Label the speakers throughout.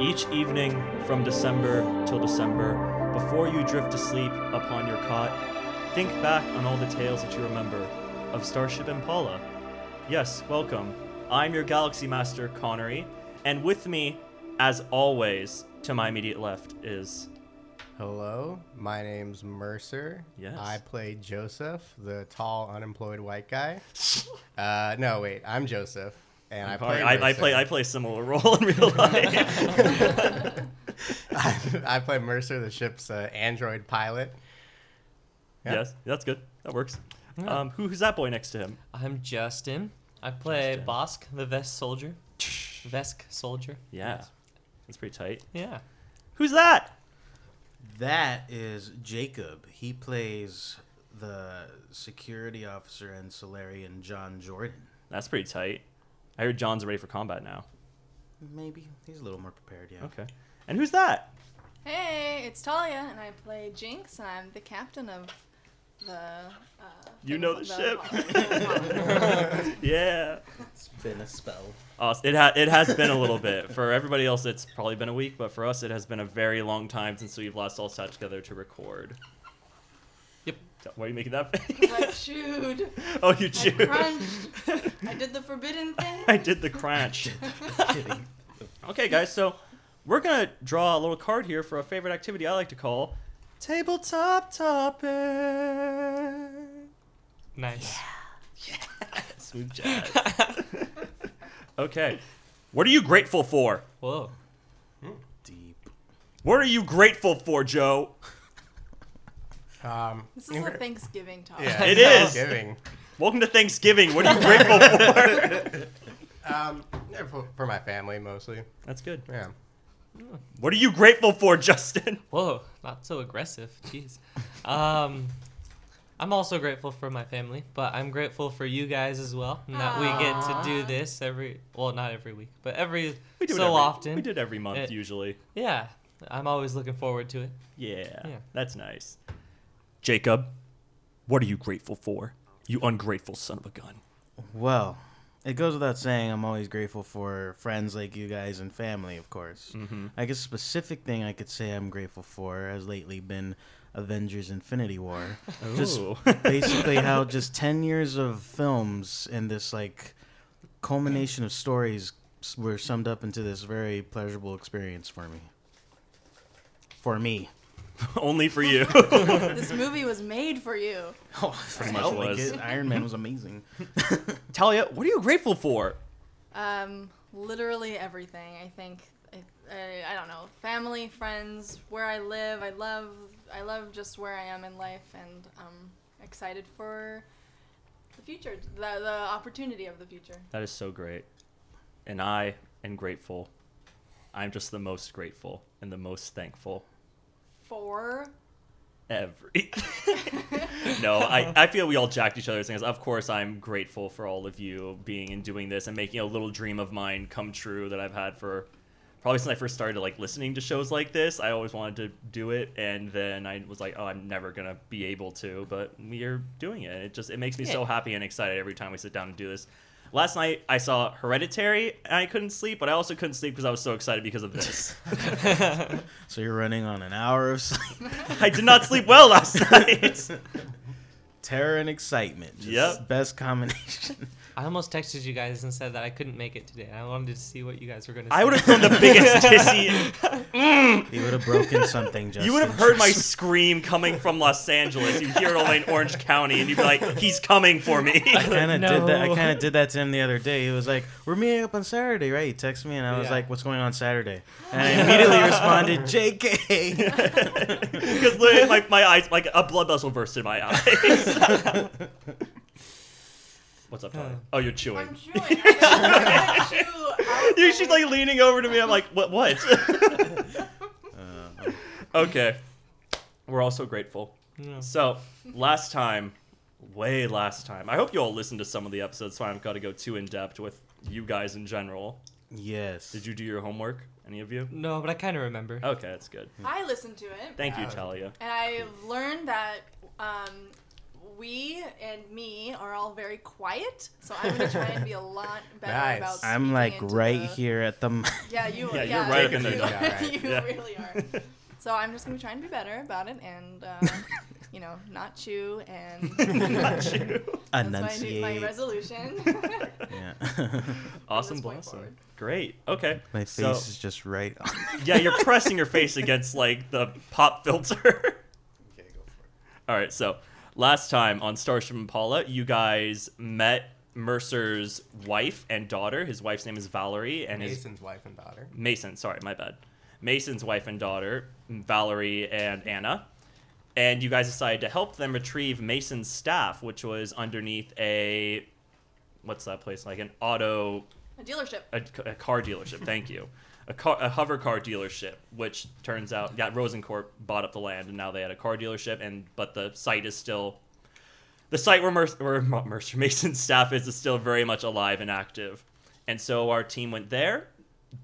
Speaker 1: Each evening from December till December, before you drift to sleep upon your cot, think back on all the tales that you remember of Starship Impala. Yes, welcome. I'm your Galaxy Master, Connery, and with me, as always, to my immediate left is.
Speaker 2: Hello, my name's Mercer.
Speaker 1: Yes.
Speaker 2: I play Joseph, the tall, unemployed white guy. Uh, no, wait, I'm Joseph, and I play.
Speaker 1: I, I play I play a similar role in real life.
Speaker 2: play. I play Mercer, the ship's uh, android pilot. Yeah.
Speaker 1: Yes, that's good. That works. Um, who, who's that boy next to him?
Speaker 3: I'm Justin. I play
Speaker 1: Justin.
Speaker 3: Bosk, the Vest Soldier. Vesk Soldier.
Speaker 1: Yeah, that's pretty tight.
Speaker 3: Yeah.
Speaker 1: Who's that?
Speaker 4: That is Jacob. He plays the security officer in Solarian John Jordan.
Speaker 1: That's pretty tight. I heard John's ready for combat now.
Speaker 4: Maybe he's a little more prepared. Yeah.
Speaker 1: Okay. And who's that?
Speaker 5: Hey, it's Talia, and I play Jinx, and I'm the captain of the. Uh,
Speaker 1: You
Speaker 5: thing-
Speaker 1: know the
Speaker 5: ship.
Speaker 1: Yeah.
Speaker 3: It's been a spell.
Speaker 1: Awesome. It ha- it has been a little bit for everybody else. It's probably been a week, but for us, it has been a very long time since we've last all sat together to record.
Speaker 3: Yep.
Speaker 1: Why are you making that face?
Speaker 5: 'Cause I chewed.
Speaker 1: oh, you
Speaker 5: I
Speaker 1: chewed.
Speaker 5: crunched. I did the forbidden thing.
Speaker 1: I did the crunch. okay, guys, so we're going to draw a little card here for a favorite activity I like to call Tabletop Topic.
Speaker 3: Nice.
Speaker 1: Smooth jazz. okay. What are you grateful for?
Speaker 3: Whoa.
Speaker 4: Deep.
Speaker 1: What are you grateful for, Joe?
Speaker 2: Um,
Speaker 5: This is a Thanksgiving talk.
Speaker 2: yeah,
Speaker 1: It is.
Speaker 2: it's Thanksgiving.
Speaker 1: Welcome to Thanksgiving. What are you grateful for?
Speaker 2: Um, yeah, for, for my family mostly.
Speaker 1: That's good.
Speaker 2: Yeah.
Speaker 1: What are you grateful for, Justin?
Speaker 3: Whoa. Not so aggressive. Jeez. Um, I'm also grateful for my family, but I'm grateful for you guys as well. And that we get to do
Speaker 5: Aw.
Speaker 3: this every, well, not every week, but every
Speaker 1: We do it
Speaker 3: so
Speaker 1: every-
Speaker 3: often.
Speaker 1: We did every month
Speaker 3: It-
Speaker 1: usually.
Speaker 3: Yeah. I'm always looking forward to it.
Speaker 1: Yeah,
Speaker 3: Yeah.
Speaker 1: That's nice. Jacob, what are you grateful for? You ungrateful son of a gun.
Speaker 4: Well, it goes without saying I'm always grateful for friends like you guys and family, of course. Mm-hmm. I guess specific thing I could say I'm grateful for has lately been Avengers Infinity War. Just
Speaker 1: Ooh.
Speaker 4: basically how just 10 years of films and this like culmination of stories s- were summed up into this very pleasurable experience for me. For me.
Speaker 1: Only for you.
Speaker 5: This movie was made for you.
Speaker 4: Oh,
Speaker 1: much
Speaker 4: felt like
Speaker 1: was.
Speaker 4: it. Iron Man was amazing.
Speaker 1: Talia, what are you grateful for?
Speaker 5: Um, literally everything. I think. I, I, I don't know. Family, friends, where I live. I love. I love just where I am in life, and um, excited for the future, the the opportunity of the future.
Speaker 1: That is so great. And I am grateful. I'm just the most grateful and the most thankful
Speaker 5: For
Speaker 1: every. no, I, I feel we all jacked each other's things. Of course, I'm grateful for all of you being and doing this and making a little dream of mine come true that I've had for probably since I first started like listening to shows like this. I always wanted to do it, and then I was like, oh, I'm never gonna be able to, but we're doing it. It just it makes me so
Speaker 3: Yeah.
Speaker 1: happy and excited every time we sit down and do this. Last night I saw Hereditary and I couldn't sleep, but I also couldn't sleep because I was so excited because of this.
Speaker 4: So you're running on an hour of sleep.
Speaker 1: I did not sleep well last night.
Speaker 4: Terror and excitement. Just
Speaker 1: Yep.
Speaker 4: Best combination.
Speaker 3: I almost texted you guys and said that I couldn't make it today. I wanted to see what you guys were going to say.
Speaker 1: I would have thrown the biggest hissy
Speaker 4: you would have broken something, Justin.
Speaker 1: You would have heard my scream coming from Los Angeles. You hear it all in Orange County, and you'd be like, "He's coming for me."
Speaker 4: I kind of did that. I
Speaker 3: No.
Speaker 4: kind of did that to him the other day. He was like, "We're meeting up on Saturday, right?" He texted me, and I was
Speaker 3: Yeah.
Speaker 4: like, "What's going on Saturday?" And I immediately responded, "JK."
Speaker 1: Because literally, my, my eyes, like a blood vessel burst in my eyes. What's up, Tyler? Oh, you're chewing.
Speaker 5: I'm chewing. I chew out
Speaker 1: You-
Speaker 5: the
Speaker 1: She's
Speaker 5: way-
Speaker 1: like leaning over to me. I'm like, "What? What?"
Speaker 4: Uh,
Speaker 1: okay, we're all so grateful.
Speaker 3: Yeah.
Speaker 1: So last time, way last time, I hope you all listened to some of the episodes. So I've got to go too in depth with you guys in general.
Speaker 4: yes.
Speaker 1: Did you do your homework? Any of you?
Speaker 3: No, but I kind of remember.
Speaker 1: Okay, that's good.
Speaker 5: I listened to it,
Speaker 1: Thank you, Talia.
Speaker 5: and I learned that um, we and me are all very quiet, so I'm gonna try and be a lot better
Speaker 2: Nice.
Speaker 5: about.
Speaker 4: I'm
Speaker 5: speaking
Speaker 4: like
Speaker 5: into
Speaker 4: right
Speaker 5: the-
Speaker 4: here at the. m-
Speaker 5: Yeah, you.
Speaker 1: Yeah,
Speaker 5: Yeah,
Speaker 1: you're right up in
Speaker 5: you,
Speaker 1: there,
Speaker 2: John. Right.
Speaker 5: you
Speaker 1: Yeah.
Speaker 5: really are. So I'm just gonna try and be better about it, and uh, you know, not chew, and
Speaker 1: Not you.
Speaker 5: that's my, new, my
Speaker 4: enunciate.
Speaker 5: resolution.
Speaker 4: Yeah.
Speaker 1: Awesome,
Speaker 5: point
Speaker 1: blossom.
Speaker 5: forward.
Speaker 1: Great. Okay.
Speaker 4: my face
Speaker 1: So-
Speaker 4: is just right. on
Speaker 1: yeah, you're pressing your face against like the pop filter.
Speaker 2: Okay, go for
Speaker 1: All right, so last time on Starship Impala, you guys met Mercer's wife and daughter. His wife's name is Valerie,
Speaker 2: it.
Speaker 1: and his
Speaker 2: Mason's wife and daughter.
Speaker 1: Mason, sorry, my bad. Mason's wife and daughter, Valerie and Anna. And you guys decided to help them retrieve Mason's staff, which was underneath a what's that place like an auto
Speaker 5: a dealership.
Speaker 1: a, a car dealership. Thank you. A, car, a hover car dealership, which turns out got Rosencorp bought up the land, and now they had a car dealership. And but the site is still, the site where, Merc- where Mo- Mercer Mason's staff is is still very much alive and active. And so our team went there.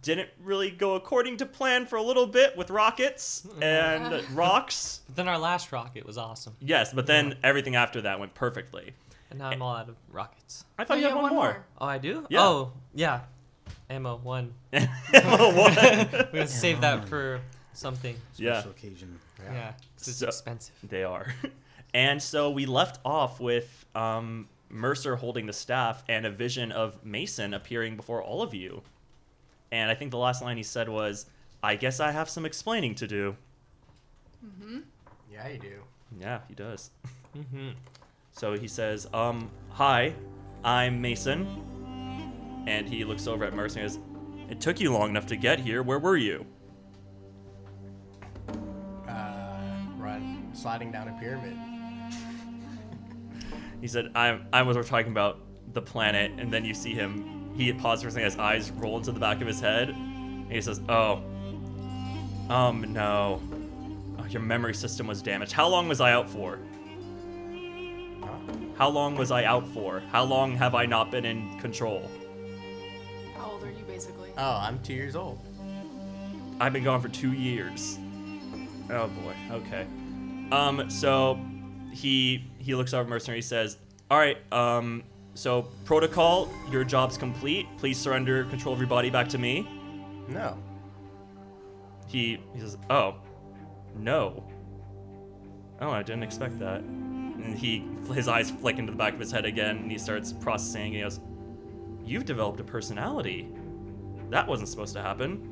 Speaker 1: Didn't really go according to plan for a little bit with rockets and rocks.
Speaker 3: But then our last rocket was awesome,
Speaker 1: Yes, but then everything after that went perfectly.
Speaker 3: and now I'm all out of rockets.
Speaker 1: I thought you
Speaker 5: No,
Speaker 1: had one, more.
Speaker 3: Oh, I do.
Speaker 1: Yeah.
Speaker 3: Oh, yeah. Ammo one.
Speaker 1: What?
Speaker 3: We're gonna save that for something.
Speaker 1: Yeah.
Speaker 4: Special occasion.
Speaker 2: Yeah.
Speaker 3: Yeah, this is
Speaker 1: So-
Speaker 3: expensive.
Speaker 1: They are. And so we left off with um, Mercer holding the staff and a vision of Mason appearing before all of you. And I think the last line he said was, I guess I have some explaining to do.
Speaker 2: Yeah, you do.
Speaker 1: Yeah, he does.
Speaker 3: Mm-hmm.
Speaker 1: So he says, um, hi, I'm Mason. And he looks over at Mercer and goes, It took you long enough to get here. Where were you?
Speaker 2: Uh, run sliding down a pyramid.
Speaker 1: He said, I, I was talking about the planet, and then you see him. He paused for a second, his eyes roll into the back of his head, and he says, Oh, um, no. Oh, your memory system was damaged. How long was I out for? How long was I out for? How long have I not been in control?
Speaker 5: How old are you, basically?
Speaker 2: Oh, I'm two years old.
Speaker 1: I've been gone for two years. Oh boy. Okay. Um. So he he looks over mercenary. He says, "All right. Um. So protocol, your job's complete. Please surrender control of your body back to me."
Speaker 2: No.
Speaker 1: He he says, "Oh, no. Oh, I didn't expect that." And he his eyes flick into the back of his head again, and he starts processing. And he goes, "You've developed a personality. That wasn't supposed to happen."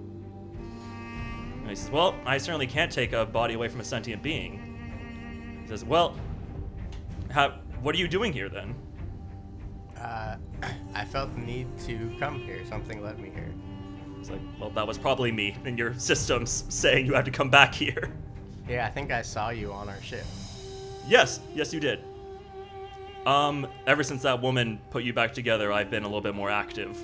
Speaker 1: And he says, "Well, I certainly can't take a body away from a sentient being." He says, "Well, how, what are you doing here then?"
Speaker 2: Uh, I felt the need to come here. Something led me here.
Speaker 1: He's like, "Well, that was probably me and your systems saying you had to come back here."
Speaker 2: Yeah, I think I saw you on our ship.
Speaker 1: Yes, yes, you did. Um, ever since that woman put you back together, I've been a little bit more active.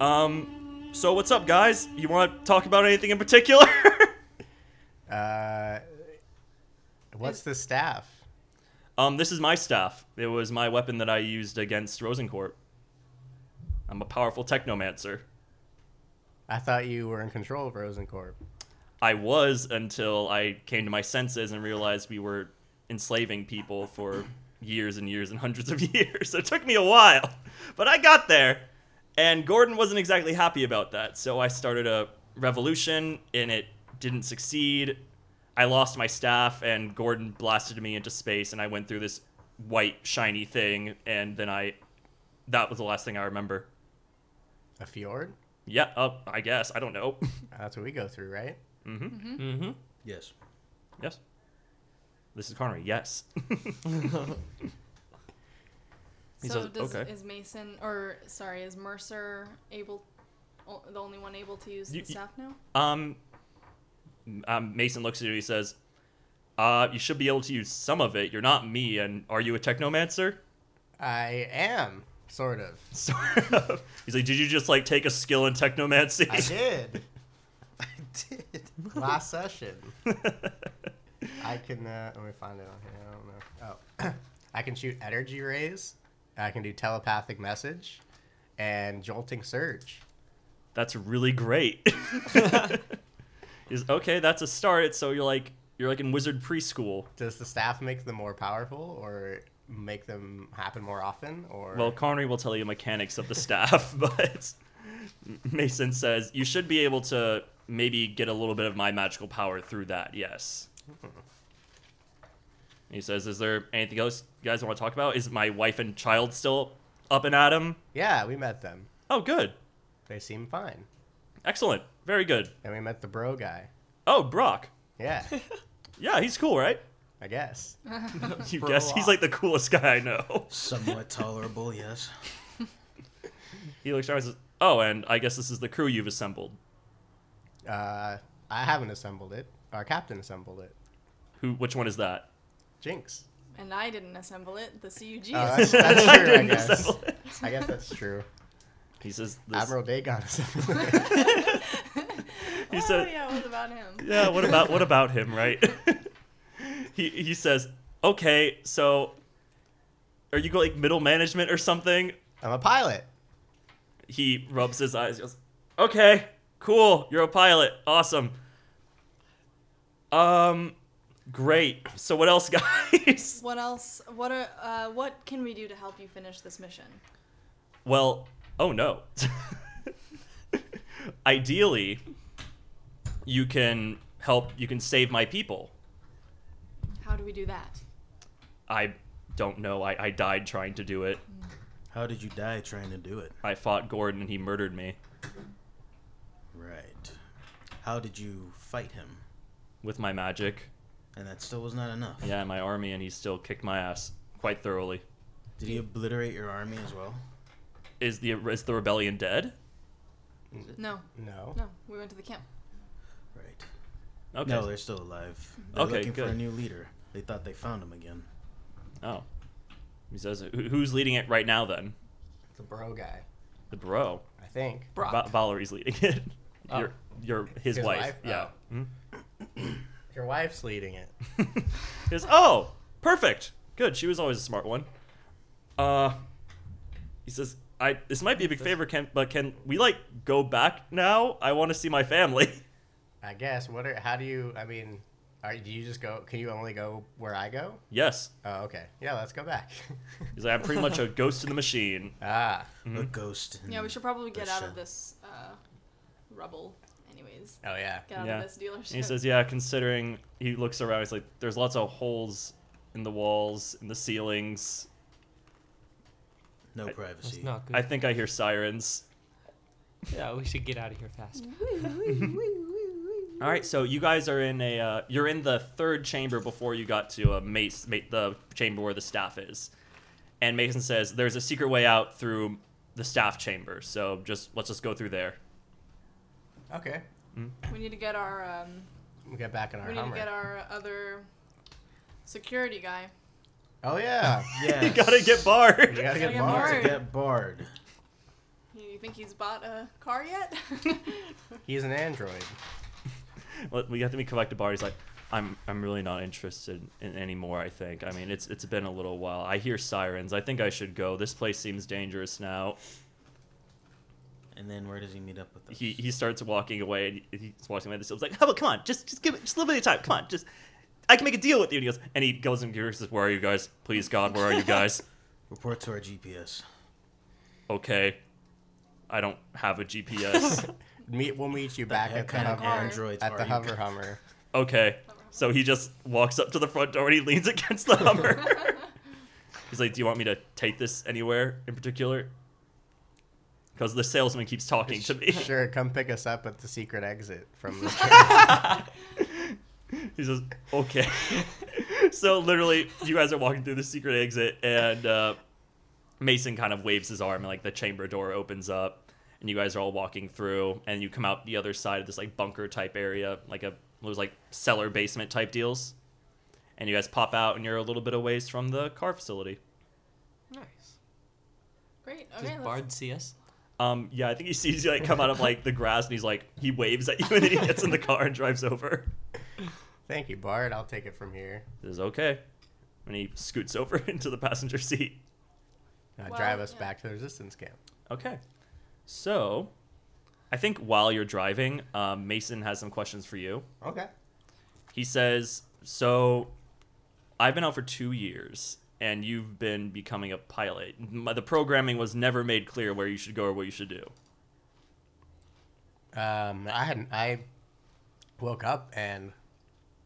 Speaker 1: Um, so what's up, guys? You want to talk about anything in particular?
Speaker 2: Uh, what's the staff?
Speaker 1: um, this is my staff. It was my weapon that I used against Rosencorp. I'm a powerful technomancer.
Speaker 2: I thought you were in control of Rosencorp.
Speaker 1: I was until I came to my senses and realized we were enslaving people for years and years and hundreds of years. It took me a while, but I got there. And Gordon wasn't exactly happy about that, so I started a revolution and it didn't succeed. I lost my staff and Gordon blasted me into space and I went through this white shiny thing and then I that was the last thing I remember.
Speaker 2: A fjord?
Speaker 1: Yeah, uh, I guess, I don't know.
Speaker 2: That's what we go through, right?
Speaker 3: Mm-hmm.
Speaker 4: Yes.
Speaker 1: yes. This is Connery. Yes. He
Speaker 5: so
Speaker 1: says,
Speaker 5: does,
Speaker 1: "Okay."
Speaker 5: is Mason or sorry, is Mercer able? o- The only one able to use
Speaker 1: You-
Speaker 5: the
Speaker 1: you-
Speaker 5: staff now?
Speaker 1: Um, um, Mason looks at you. He says, "Uh, you should be able to use some of it. You're not me, and are you a technomancer?"
Speaker 2: I am, sort of.
Speaker 1: Sort of. He's like, "Did you just like take a skill in technomancy?"
Speaker 2: I did. I did. Last session. I can, uh, let me find it on here. I don't know. Oh. I can shoot energy rays. I can do telepathic message and jolting surge.
Speaker 1: That's really great. Is okay. That's a start. So you're like, You're like in wizard preschool.
Speaker 2: Does the staff make them more powerful, or make them happen more often, or
Speaker 1: Well, Connery will tell you mechanics of the staff, but Mason says you should be able to maybe get a little bit of my magical power through that. Yes. He says, "Is there anything else you guys want to talk about? Is my wife and child still up and at 'em?
Speaker 2: yeah, we met them.
Speaker 1: Oh, good,
Speaker 2: They seem fine.
Speaker 1: excellent, very good.
Speaker 2: Then we met the bro guy.
Speaker 1: Oh, Brock.
Speaker 2: Yeah,
Speaker 1: Yeah, he's cool, right?
Speaker 2: I guess.
Speaker 1: You guess he's like the coolest guy I know.
Speaker 4: Somewhat tolerable, yes.
Speaker 1: He looks around and says, "Oh, and I guess this is the crew you've assembled.
Speaker 2: Uh, I haven't assembled it. Our captain assembled it.
Speaker 1: Who? Which one is that?"
Speaker 2: Jinx.
Speaker 5: And I didn't assemble it. The CUG.
Speaker 2: Oh, that's,
Speaker 5: is-
Speaker 2: that's
Speaker 1: I
Speaker 2: true. I,
Speaker 1: didn't
Speaker 2: guess.
Speaker 1: assemble it.
Speaker 2: I guess that's true.
Speaker 1: He says, this,
Speaker 2: Admiral Dagon assembled it.
Speaker 1: He
Speaker 5: oh
Speaker 1: said,
Speaker 5: yeah, what about him?
Speaker 1: yeah what about what about him right he he says okay so are you go like middle management or something
Speaker 2: I'm a pilot.
Speaker 1: he rubs his eyes goes okay cool you're a pilot awesome um great so what else guys
Speaker 5: What else? What are? Uh, what can we do to help you finish this mission?
Speaker 1: Well, oh no. Ideally, you can help, you can save my people.
Speaker 5: How do we do that?
Speaker 1: I don't know. I, I died trying to do it.
Speaker 4: How did you die trying to do it?
Speaker 1: I fought Gordon and he murdered me
Speaker 4: Right. How did you fight him?
Speaker 1: with my magic.
Speaker 4: And that still was not enough.
Speaker 1: Yeah, my army, and he still kicked my ass quite thoroughly.
Speaker 4: Did he obliterate your army as well?
Speaker 1: Is the is the rebellion dead?
Speaker 5: No,
Speaker 2: No.
Speaker 5: no, we went to the camp.
Speaker 4: Right.
Speaker 1: Okay.
Speaker 4: No, they're still alive. They're
Speaker 1: Okay,
Speaker 4: looking for a
Speaker 1: good.
Speaker 4: new leader. They thought they found him again.
Speaker 1: oh. He says, "Who- "Who's leading it right now? Then
Speaker 2: The bro guy.
Speaker 1: the bro,
Speaker 2: I think.
Speaker 1: Va- Valerie's leading it.
Speaker 3: Oh.
Speaker 1: Your, your his,
Speaker 2: His
Speaker 1: wife.
Speaker 2: wife? Oh.
Speaker 1: Yeah. Hmm?
Speaker 2: Your wife's leading it.
Speaker 1: is oh perfect good she was always a smart one uh he says i this might be a big favor can but can we like go back now i want to see my family
Speaker 2: I guess. What are? How do you? I mean, are do you just go? Can you only go where I go?
Speaker 1: yes
Speaker 2: Oh, okay. Yeah, let's go back.
Speaker 1: he's like i'm pretty much a ghost in the machine
Speaker 2: ah,
Speaker 4: A ghost.
Speaker 5: Yeah, we
Speaker 2: Mm,
Speaker 4: and-
Speaker 5: should probably get
Speaker 4: Let's
Speaker 5: out of
Speaker 4: show.
Speaker 5: this uh, rubble, anyways.
Speaker 2: oh yeah.
Speaker 5: Get out
Speaker 1: Yeah.
Speaker 5: of this dealership.
Speaker 1: and he says yeah considering he looks around he's like there's lots of holes in the walls in the ceilings
Speaker 4: No
Speaker 3: That's
Speaker 4: privacy.
Speaker 3: not good.
Speaker 1: i think i hear sirens
Speaker 3: yeah, we should get out of here fast.
Speaker 1: all right so you guys are in a uh, you're in the third chamber before you got to a mace ma- the chamber where the staff is and mason says there's a secret way out through the staff chamber so just let's just go through there
Speaker 2: Okay.
Speaker 5: we need to get our um,
Speaker 2: We get back in our
Speaker 5: we need
Speaker 2: Hummer.
Speaker 5: to get our other security guy.
Speaker 2: oh yeah.
Speaker 4: Yes.
Speaker 1: you gotta get
Speaker 2: You
Speaker 1: barred
Speaker 2: gotta
Speaker 5: Gotta
Speaker 2: get
Speaker 5: get
Speaker 2: Mark.
Speaker 5: Mark.
Speaker 4: Get barred.
Speaker 5: You think he's bought a car yet?
Speaker 2: He's an android.
Speaker 1: Let- we have to be come back to bard he's like I'm, I'm really not interested in anymore i think i mean it's it's been a little while i hear sirens i think i should go this place seems dangerous now
Speaker 4: And then where does he meet up with us?
Speaker 1: he he starts walking away and he- he's walking away. The was like, "How about come on, just just give it just a little bit of time. Come on, just I can make a deal with you." And he goes and he goes and he says, "Where are you guys? Please God, where are you guys?"
Speaker 4: Report to our GPS.
Speaker 1: okay, I don't have a GPS.
Speaker 2: Meet. We'll meet you back
Speaker 4: heck
Speaker 2: at the
Speaker 4: kind of
Speaker 2: Hummer.
Speaker 4: androids
Speaker 2: At the
Speaker 4: are you
Speaker 2: Hover
Speaker 4: guys?
Speaker 2: Hummer.
Speaker 1: okay, so he just walks up to the front door and he leans against the Hummer. he's like, "Do you want me to take this anywhere in particular?" Because the salesman keeps talking to me.
Speaker 2: Sure, come pick us up at the secret exit from the.
Speaker 1: He says, "Okay." so literally, you guys are walking through the secret exit, and uh, Mason kind of waves his arm, and like the chamber door opens up, and you guys are all walking through, and you come out the other side of this like bunker type area, like a those like cellar basement type deals, and you guys pop out, and you're a little bit away from the car facility.
Speaker 3: Nice.
Speaker 5: Great.
Speaker 3: Does
Speaker 5: Okay. let's-
Speaker 3: Bard see us?
Speaker 1: Um, yeah, I think he sees you like come out of like the grass, and he's like he waves at you, and then he gets in the car and drives over.
Speaker 2: Thank you, Bard. I'll take it from here.
Speaker 1: He says, "Okay," and he scoots over into the passenger seat.
Speaker 2: Uh,
Speaker 5: Well,
Speaker 2: drive us
Speaker 5: yeah.
Speaker 2: back to the resistance camp.
Speaker 1: Okay. So, I think while you're driving, um, Mason has some questions for you.
Speaker 2: Okay.
Speaker 1: He says, "So, I've been out for two years, and you've been becoming a pilot. My, the programming was never made clear where you should go or what you should do."
Speaker 2: Um, I hadn't. I woke up and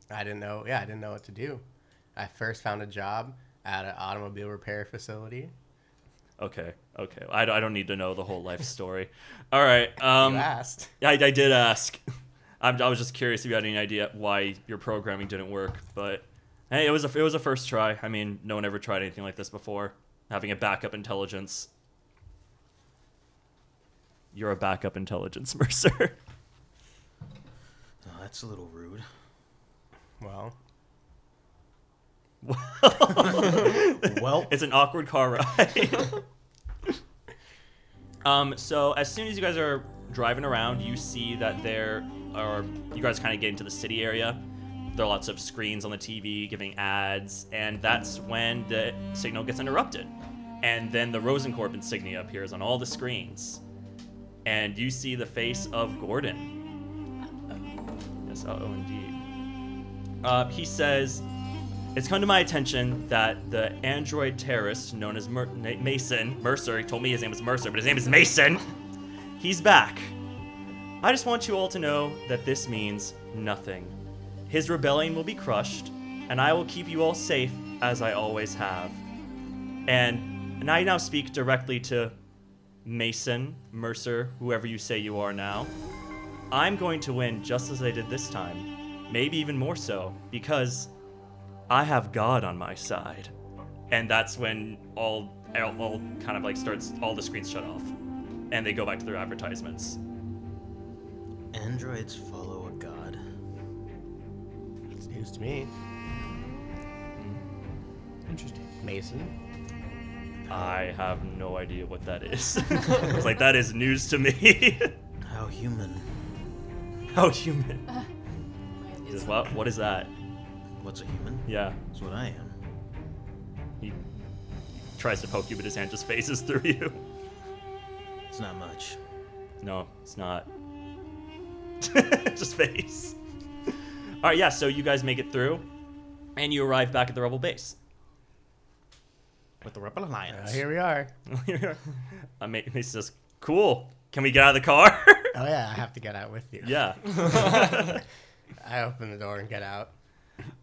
Speaker 2: I didn't know. Yeah, I didn't know what to do. I first found a job at an automobile repair facility.
Speaker 1: Okay, okay. I, don't- I don't need to know the whole life story. All right. Um,
Speaker 2: you asked.
Speaker 1: I, I did ask. I'm, I was just curious if you had any idea why your programming didn't work, but hey, it was a it was a first try. I mean, no one ever tried anything like this before. Having a backup intelligence. You're a backup intelligence, Mercer.
Speaker 4: Oh, that's a little rude.
Speaker 2: Well,
Speaker 4: Well,
Speaker 1: It's an awkward car ride. um, so as soon as you guys are driving around, you see that there are you guys kind of get into the city area. There are lots of screens on the TV giving ads, and that's when the signal gets interrupted. And then the Rosencorp insignia appears on all the screens. And you see the face of Gordon. Yes, oh, indeed. Uh, he says, it's come to my attention that the android terrorist known as Mer- Na- Mason, Mercer, he told me his name was Mercer, but his name is Mason, he's back. I just want you all to know that this means nothing. His rebellion will be crushed, and I will keep you all safe as I always have. And, and I now speak directly to Mason, Mercer, whoever you say you are now. I'm going to win just as I did this time, maybe even more so, because I have God on my side. And that's when all, all all kind of like starts, all the screens shut off. And they go back to their advertisements.
Speaker 4: androids follow a god.
Speaker 2: it's news to me.
Speaker 3: Interesting.
Speaker 2: Mason.
Speaker 1: I have no idea what that is. it's like, that is news to me.
Speaker 4: How human?
Speaker 1: How human. He
Speaker 5: It's
Speaker 1: says, what, what is that?
Speaker 4: What's a human?
Speaker 1: Yeah.
Speaker 4: That's what I am.
Speaker 1: He tries to poke you, but his hand just faces through you.
Speaker 4: It's not much.
Speaker 1: No, it's not. Just face. All right, yeah. So you guys make it through, and you arrive back at the rebel base.
Speaker 4: With the Rebel
Speaker 2: Uh,
Speaker 4: Alliance.
Speaker 2: here we are.
Speaker 1: I mean, he says, "Cool. Can we get out of the car?"
Speaker 2: Oh yeah, I have to get out with you.
Speaker 1: yeah.
Speaker 2: I open the door and get out.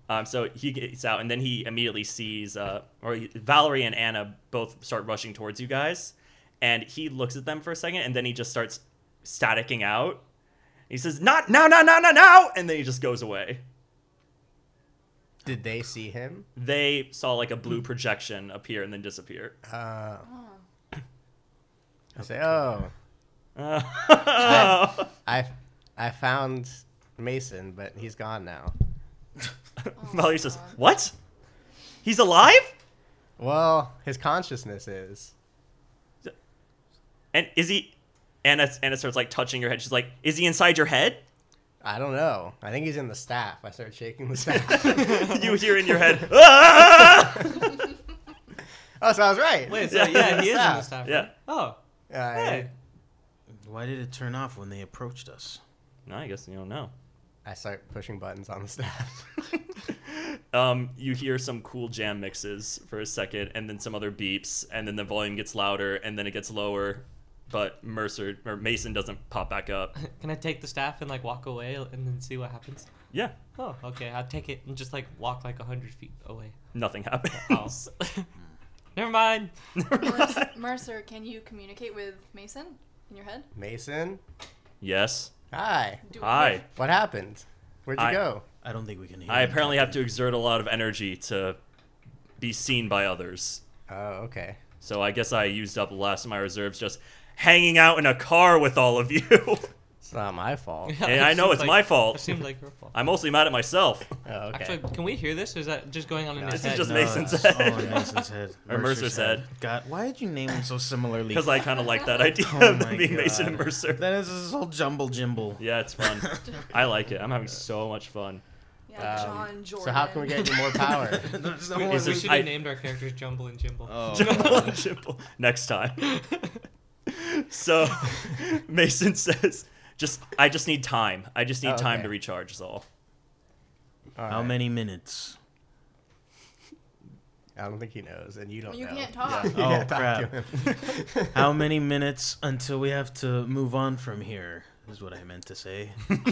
Speaker 1: Um, so he gets out, and then he immediately sees, uh, or he, Valerie and Anna both start rushing towards you guys, and he looks at them for a second, and then he just starts staticking out. He says, "Not now, now, now, now, now," and then he just goes away.
Speaker 2: Did they see him?
Speaker 1: They saw like a blue projection appear and then disappear.
Speaker 2: Uh,
Speaker 5: oh,
Speaker 2: I say, oh,
Speaker 1: Uh,
Speaker 2: I, I found Mason, but he's gone now.
Speaker 1: Valerie says, "What? He's alive?
Speaker 2: Well, his consciousness is.
Speaker 1: And is he?" Anna, Anna starts like touching your head. She's like, "Is he inside your head?"
Speaker 2: I don't know. I think he's in the staff. I start shaking the staff.
Speaker 1: you hear in your head, "Ah!"
Speaker 2: oh, so I was right.
Speaker 3: Wait, so
Speaker 1: Yeah.
Speaker 3: yeah, he is in
Speaker 2: Yeah.
Speaker 3: this time.
Speaker 1: Yeah.
Speaker 3: Oh,
Speaker 2: Uh,
Speaker 3: hey.
Speaker 4: Why did it turn off when they approached us?
Speaker 1: No, I guess you don't know.
Speaker 2: I start pushing buttons on the staff.
Speaker 1: Um, you hear some cool jam mixes for a second, and then some other beeps, and then the volume gets louder, and then it gets lower. But Mercer or Mason doesn't pop back up.
Speaker 3: Can I take the staff and like walk away and then see what happens?
Speaker 1: Yeah,
Speaker 3: Oh, okay. I'll take it and just like walk like a hundred feet away.
Speaker 1: nothing
Speaker 3: Oh.
Speaker 1: happens.
Speaker 3: Never mind.
Speaker 5: Mercer, Mercer, can you communicate with Mason in your head?
Speaker 2: Mason,
Speaker 1: yes.
Speaker 2: hi.
Speaker 5: Do
Speaker 1: Hi.
Speaker 2: What happened? Where'd you
Speaker 1: I-
Speaker 2: go?
Speaker 4: I don't think we can hear.
Speaker 1: I
Speaker 4: them.
Speaker 1: apparently have to exert a lot of energy to be seen by others.
Speaker 2: Oh, okay.
Speaker 1: So I guess I used up the last of my reserves just hanging out in a car with all of you.
Speaker 2: It's not my fault.
Speaker 3: Yeah,
Speaker 1: And I
Speaker 3: it
Speaker 1: know
Speaker 3: seems
Speaker 1: it's my fault.
Speaker 3: It seems like your fault.
Speaker 1: I'm mostly mad at myself.
Speaker 2: Oh, okay.
Speaker 3: Actually, can we hear this? Or is that just going on in
Speaker 2: No,
Speaker 3: his
Speaker 1: this is
Speaker 3: head?
Speaker 1: just
Speaker 4: No,
Speaker 1: Mason's
Speaker 4: it's
Speaker 1: head.
Speaker 4: all in Mason's head.
Speaker 1: Or Mercer's head.
Speaker 4: God, why did you name them so similarly?
Speaker 1: Because I kind of like that idea
Speaker 4: Oh
Speaker 1: of
Speaker 4: my
Speaker 1: them being Mason
Speaker 4: God.
Speaker 1: and Mercer.
Speaker 4: That is this whole jumble jumble.
Speaker 1: Yeah, it's fun. I like it. I'm having so much fun.
Speaker 5: Yeah,
Speaker 2: Um,
Speaker 5: John Jordan.
Speaker 2: so how can we get you more power?
Speaker 4: There's no
Speaker 3: We,
Speaker 4: one
Speaker 1: Is
Speaker 3: we
Speaker 1: this-
Speaker 3: should
Speaker 1: I-
Speaker 3: have named our characters Jumble and Jimble.
Speaker 4: Oh.
Speaker 1: Jimbo and Jimbo. Next time. So Mason says, "Just I just need time. I just need
Speaker 2: Oh,
Speaker 1: time to
Speaker 2: okay.
Speaker 1: recharge is all."
Speaker 2: All
Speaker 4: How
Speaker 2: right.
Speaker 4: many minutes?
Speaker 2: I don't think he knows, and you don't.
Speaker 5: You
Speaker 2: know.
Speaker 5: can't
Speaker 2: Yeah.
Speaker 5: talk.
Speaker 2: You
Speaker 4: Oh,
Speaker 2: can't talk to
Speaker 4: crap.
Speaker 2: him.
Speaker 4: How many minutes until we have to move on from here? Is what I meant to say.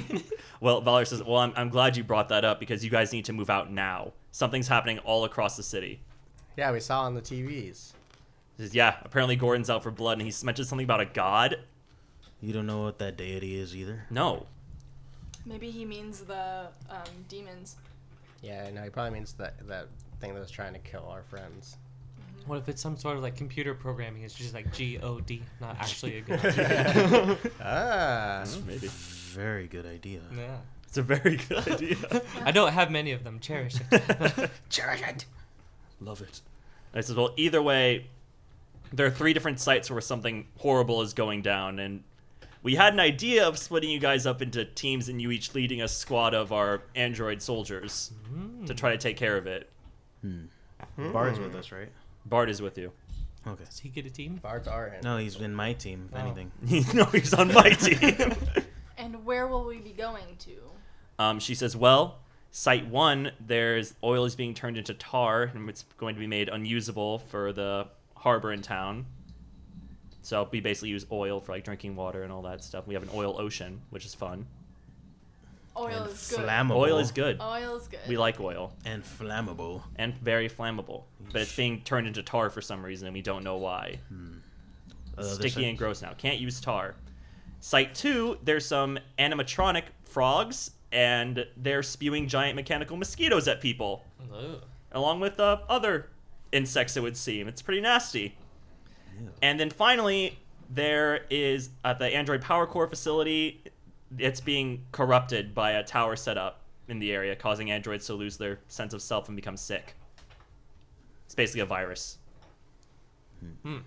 Speaker 1: Well, Valor says, "Well, I'm, I'm glad you brought that up because you guys need to move out now. Something's happening all across the city."
Speaker 2: yeah, we saw on the TVs.
Speaker 1: He says, "Yeah, apparently Gordon's out for blood, and he mentioned something about a god.
Speaker 4: You don't know what that deity is either.
Speaker 1: No,
Speaker 5: Maybe he means the um, demons.
Speaker 2: Yeah, no, he probably means that that thing that was trying to kill our friends.
Speaker 3: What if it's some sort of like computer programming? It's just like G O D, not actually a
Speaker 2: Yeah.
Speaker 3: good.
Speaker 2: Ah,
Speaker 1: maybe
Speaker 4: Very good idea.
Speaker 3: yeah.
Speaker 1: it's a very good idea.
Speaker 3: I don't have many of them. Cherish it.
Speaker 2: cherish it.
Speaker 1: Love it." I says, "Well, either way, there are three different sites where something horrible is going down, and we had an idea of splitting you guys up into teams and you each leading a squad of our android soldiers to try to take care of it.
Speaker 4: Bard's with us, right?
Speaker 1: Bart is with you.
Speaker 4: Okay.
Speaker 3: Does he get a team?
Speaker 2: Bards are in.
Speaker 4: No, he's in my team. If
Speaker 3: Oh.
Speaker 4: anything,
Speaker 1: no, he's on my team."
Speaker 5: And where will we be going to?
Speaker 1: Um, she says, "Well, site one, there's oil is being turned into tar, and it's going to be made unusable for the harbor in town. So we basically use oil for like drinking water and all that stuff. We have an oil ocean, which is fun.
Speaker 5: Oil
Speaker 4: and
Speaker 5: is good.
Speaker 4: flammable.
Speaker 1: Oil is good.
Speaker 5: Oil Oh, is good.
Speaker 1: We like oil
Speaker 4: and flammable.
Speaker 1: and very flammable, but it's being turned into tar for some reason, and we don't know why.
Speaker 4: Uh,
Speaker 1: It's
Speaker 4: there's
Speaker 1: sticky
Speaker 4: a-
Speaker 1: and gross now. Can't use tar. Site two, there's some animatronic frogs, and they're spewing giant mechanical mosquitoes at people." along with uh, other insects, it would seem. It's pretty nasty.
Speaker 4: Ew.
Speaker 1: And then finally, there is at the Android Power Core facility, it's being corrupted by a tower setup in the area, causing androids to lose their sense of self and become sick. It's basically a virus.
Speaker 3: Hmm.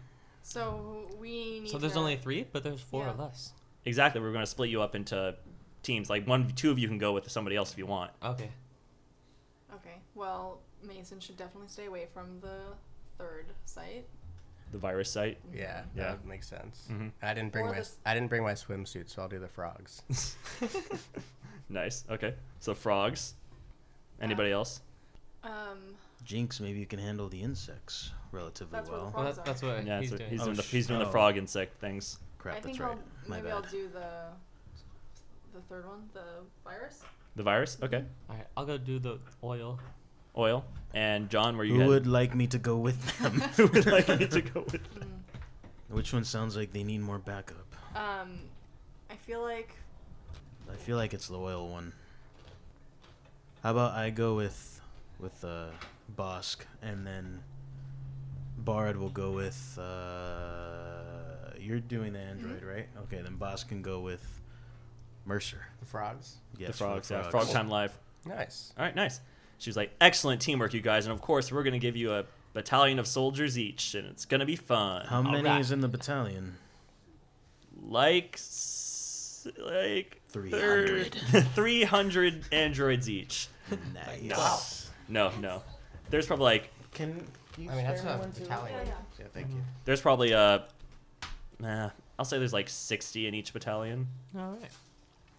Speaker 5: so we need.
Speaker 3: So there's
Speaker 5: to-
Speaker 3: only three, but there's four
Speaker 5: Yeah.
Speaker 3: of us.
Speaker 1: Exactly, we're going to split you up into teams. Like one, two of you can go with somebody else if you want.
Speaker 3: Okay.
Speaker 5: Okay. Well, Mason should definitely stay away from the third site.
Speaker 1: The virus site.
Speaker 2: Yeah, Mm-hmm.
Speaker 1: Yeah.
Speaker 2: that makes sense.
Speaker 1: Mhm.
Speaker 2: I didn't bring
Speaker 5: Or
Speaker 2: my
Speaker 5: the s-
Speaker 2: I didn't bring my swimsuit, so I'll do the frogs.
Speaker 1: nice. Okay. So frogs. Anybody else?
Speaker 5: Um,
Speaker 4: Jinx, maybe you can handle the insects relatively
Speaker 5: That's what
Speaker 4: well.
Speaker 5: frog-
Speaker 3: Well, that, that's what
Speaker 1: Yeah,
Speaker 3: he's
Speaker 1: so
Speaker 3: doing.
Speaker 1: he's
Speaker 4: Oh,
Speaker 1: doing, the, he's
Speaker 4: sh-
Speaker 1: doing the
Speaker 4: oh.
Speaker 1: frog insect things.
Speaker 5: I
Speaker 4: Crap,
Speaker 5: think
Speaker 4: that's right.
Speaker 5: I'll
Speaker 4: My
Speaker 5: maybe I'll
Speaker 4: bad.
Speaker 5: do the the third one, the virus.
Speaker 1: The virus? Okay.
Speaker 3: All right, I'll go do the oil.
Speaker 1: Oil. And John, where you
Speaker 4: Who
Speaker 1: headed?
Speaker 4: would like me to go with them?
Speaker 1: Who would like me to go with?
Speaker 5: Mm.
Speaker 4: Which one sounds like they need more backup?
Speaker 5: Um, I feel like
Speaker 4: I feel like it's the oil one. How about I go with with uh Bosk and then Bard will go with uh you're doing the android,
Speaker 5: Mm-hmm.
Speaker 4: right? Okay, then Bosk can go with Mercer.
Speaker 2: The frogs.
Speaker 1: The
Speaker 4: Yes, for
Speaker 1: frogs. Yeah, frog time live.
Speaker 2: Nice.
Speaker 1: All right, nice. She was like, excellent teamwork, you guys. And of course, we're going to give you a battalion of soldiers each, and it's going to be fun.
Speaker 4: How many
Speaker 3: right.
Speaker 4: is in the battalion?
Speaker 1: like, s- like, thir-
Speaker 4: 300.
Speaker 1: 300 androids each.
Speaker 4: Nice.
Speaker 1: Wow. No, no. There's probably like,
Speaker 4: Can you
Speaker 2: I mean, that's not
Speaker 5: Yeah,
Speaker 2: Italian.
Speaker 5: yeah.
Speaker 2: Yeah, thank you.
Speaker 1: there's probably uh nah, I'll say there's like 60 in each battalion.
Speaker 3: All right.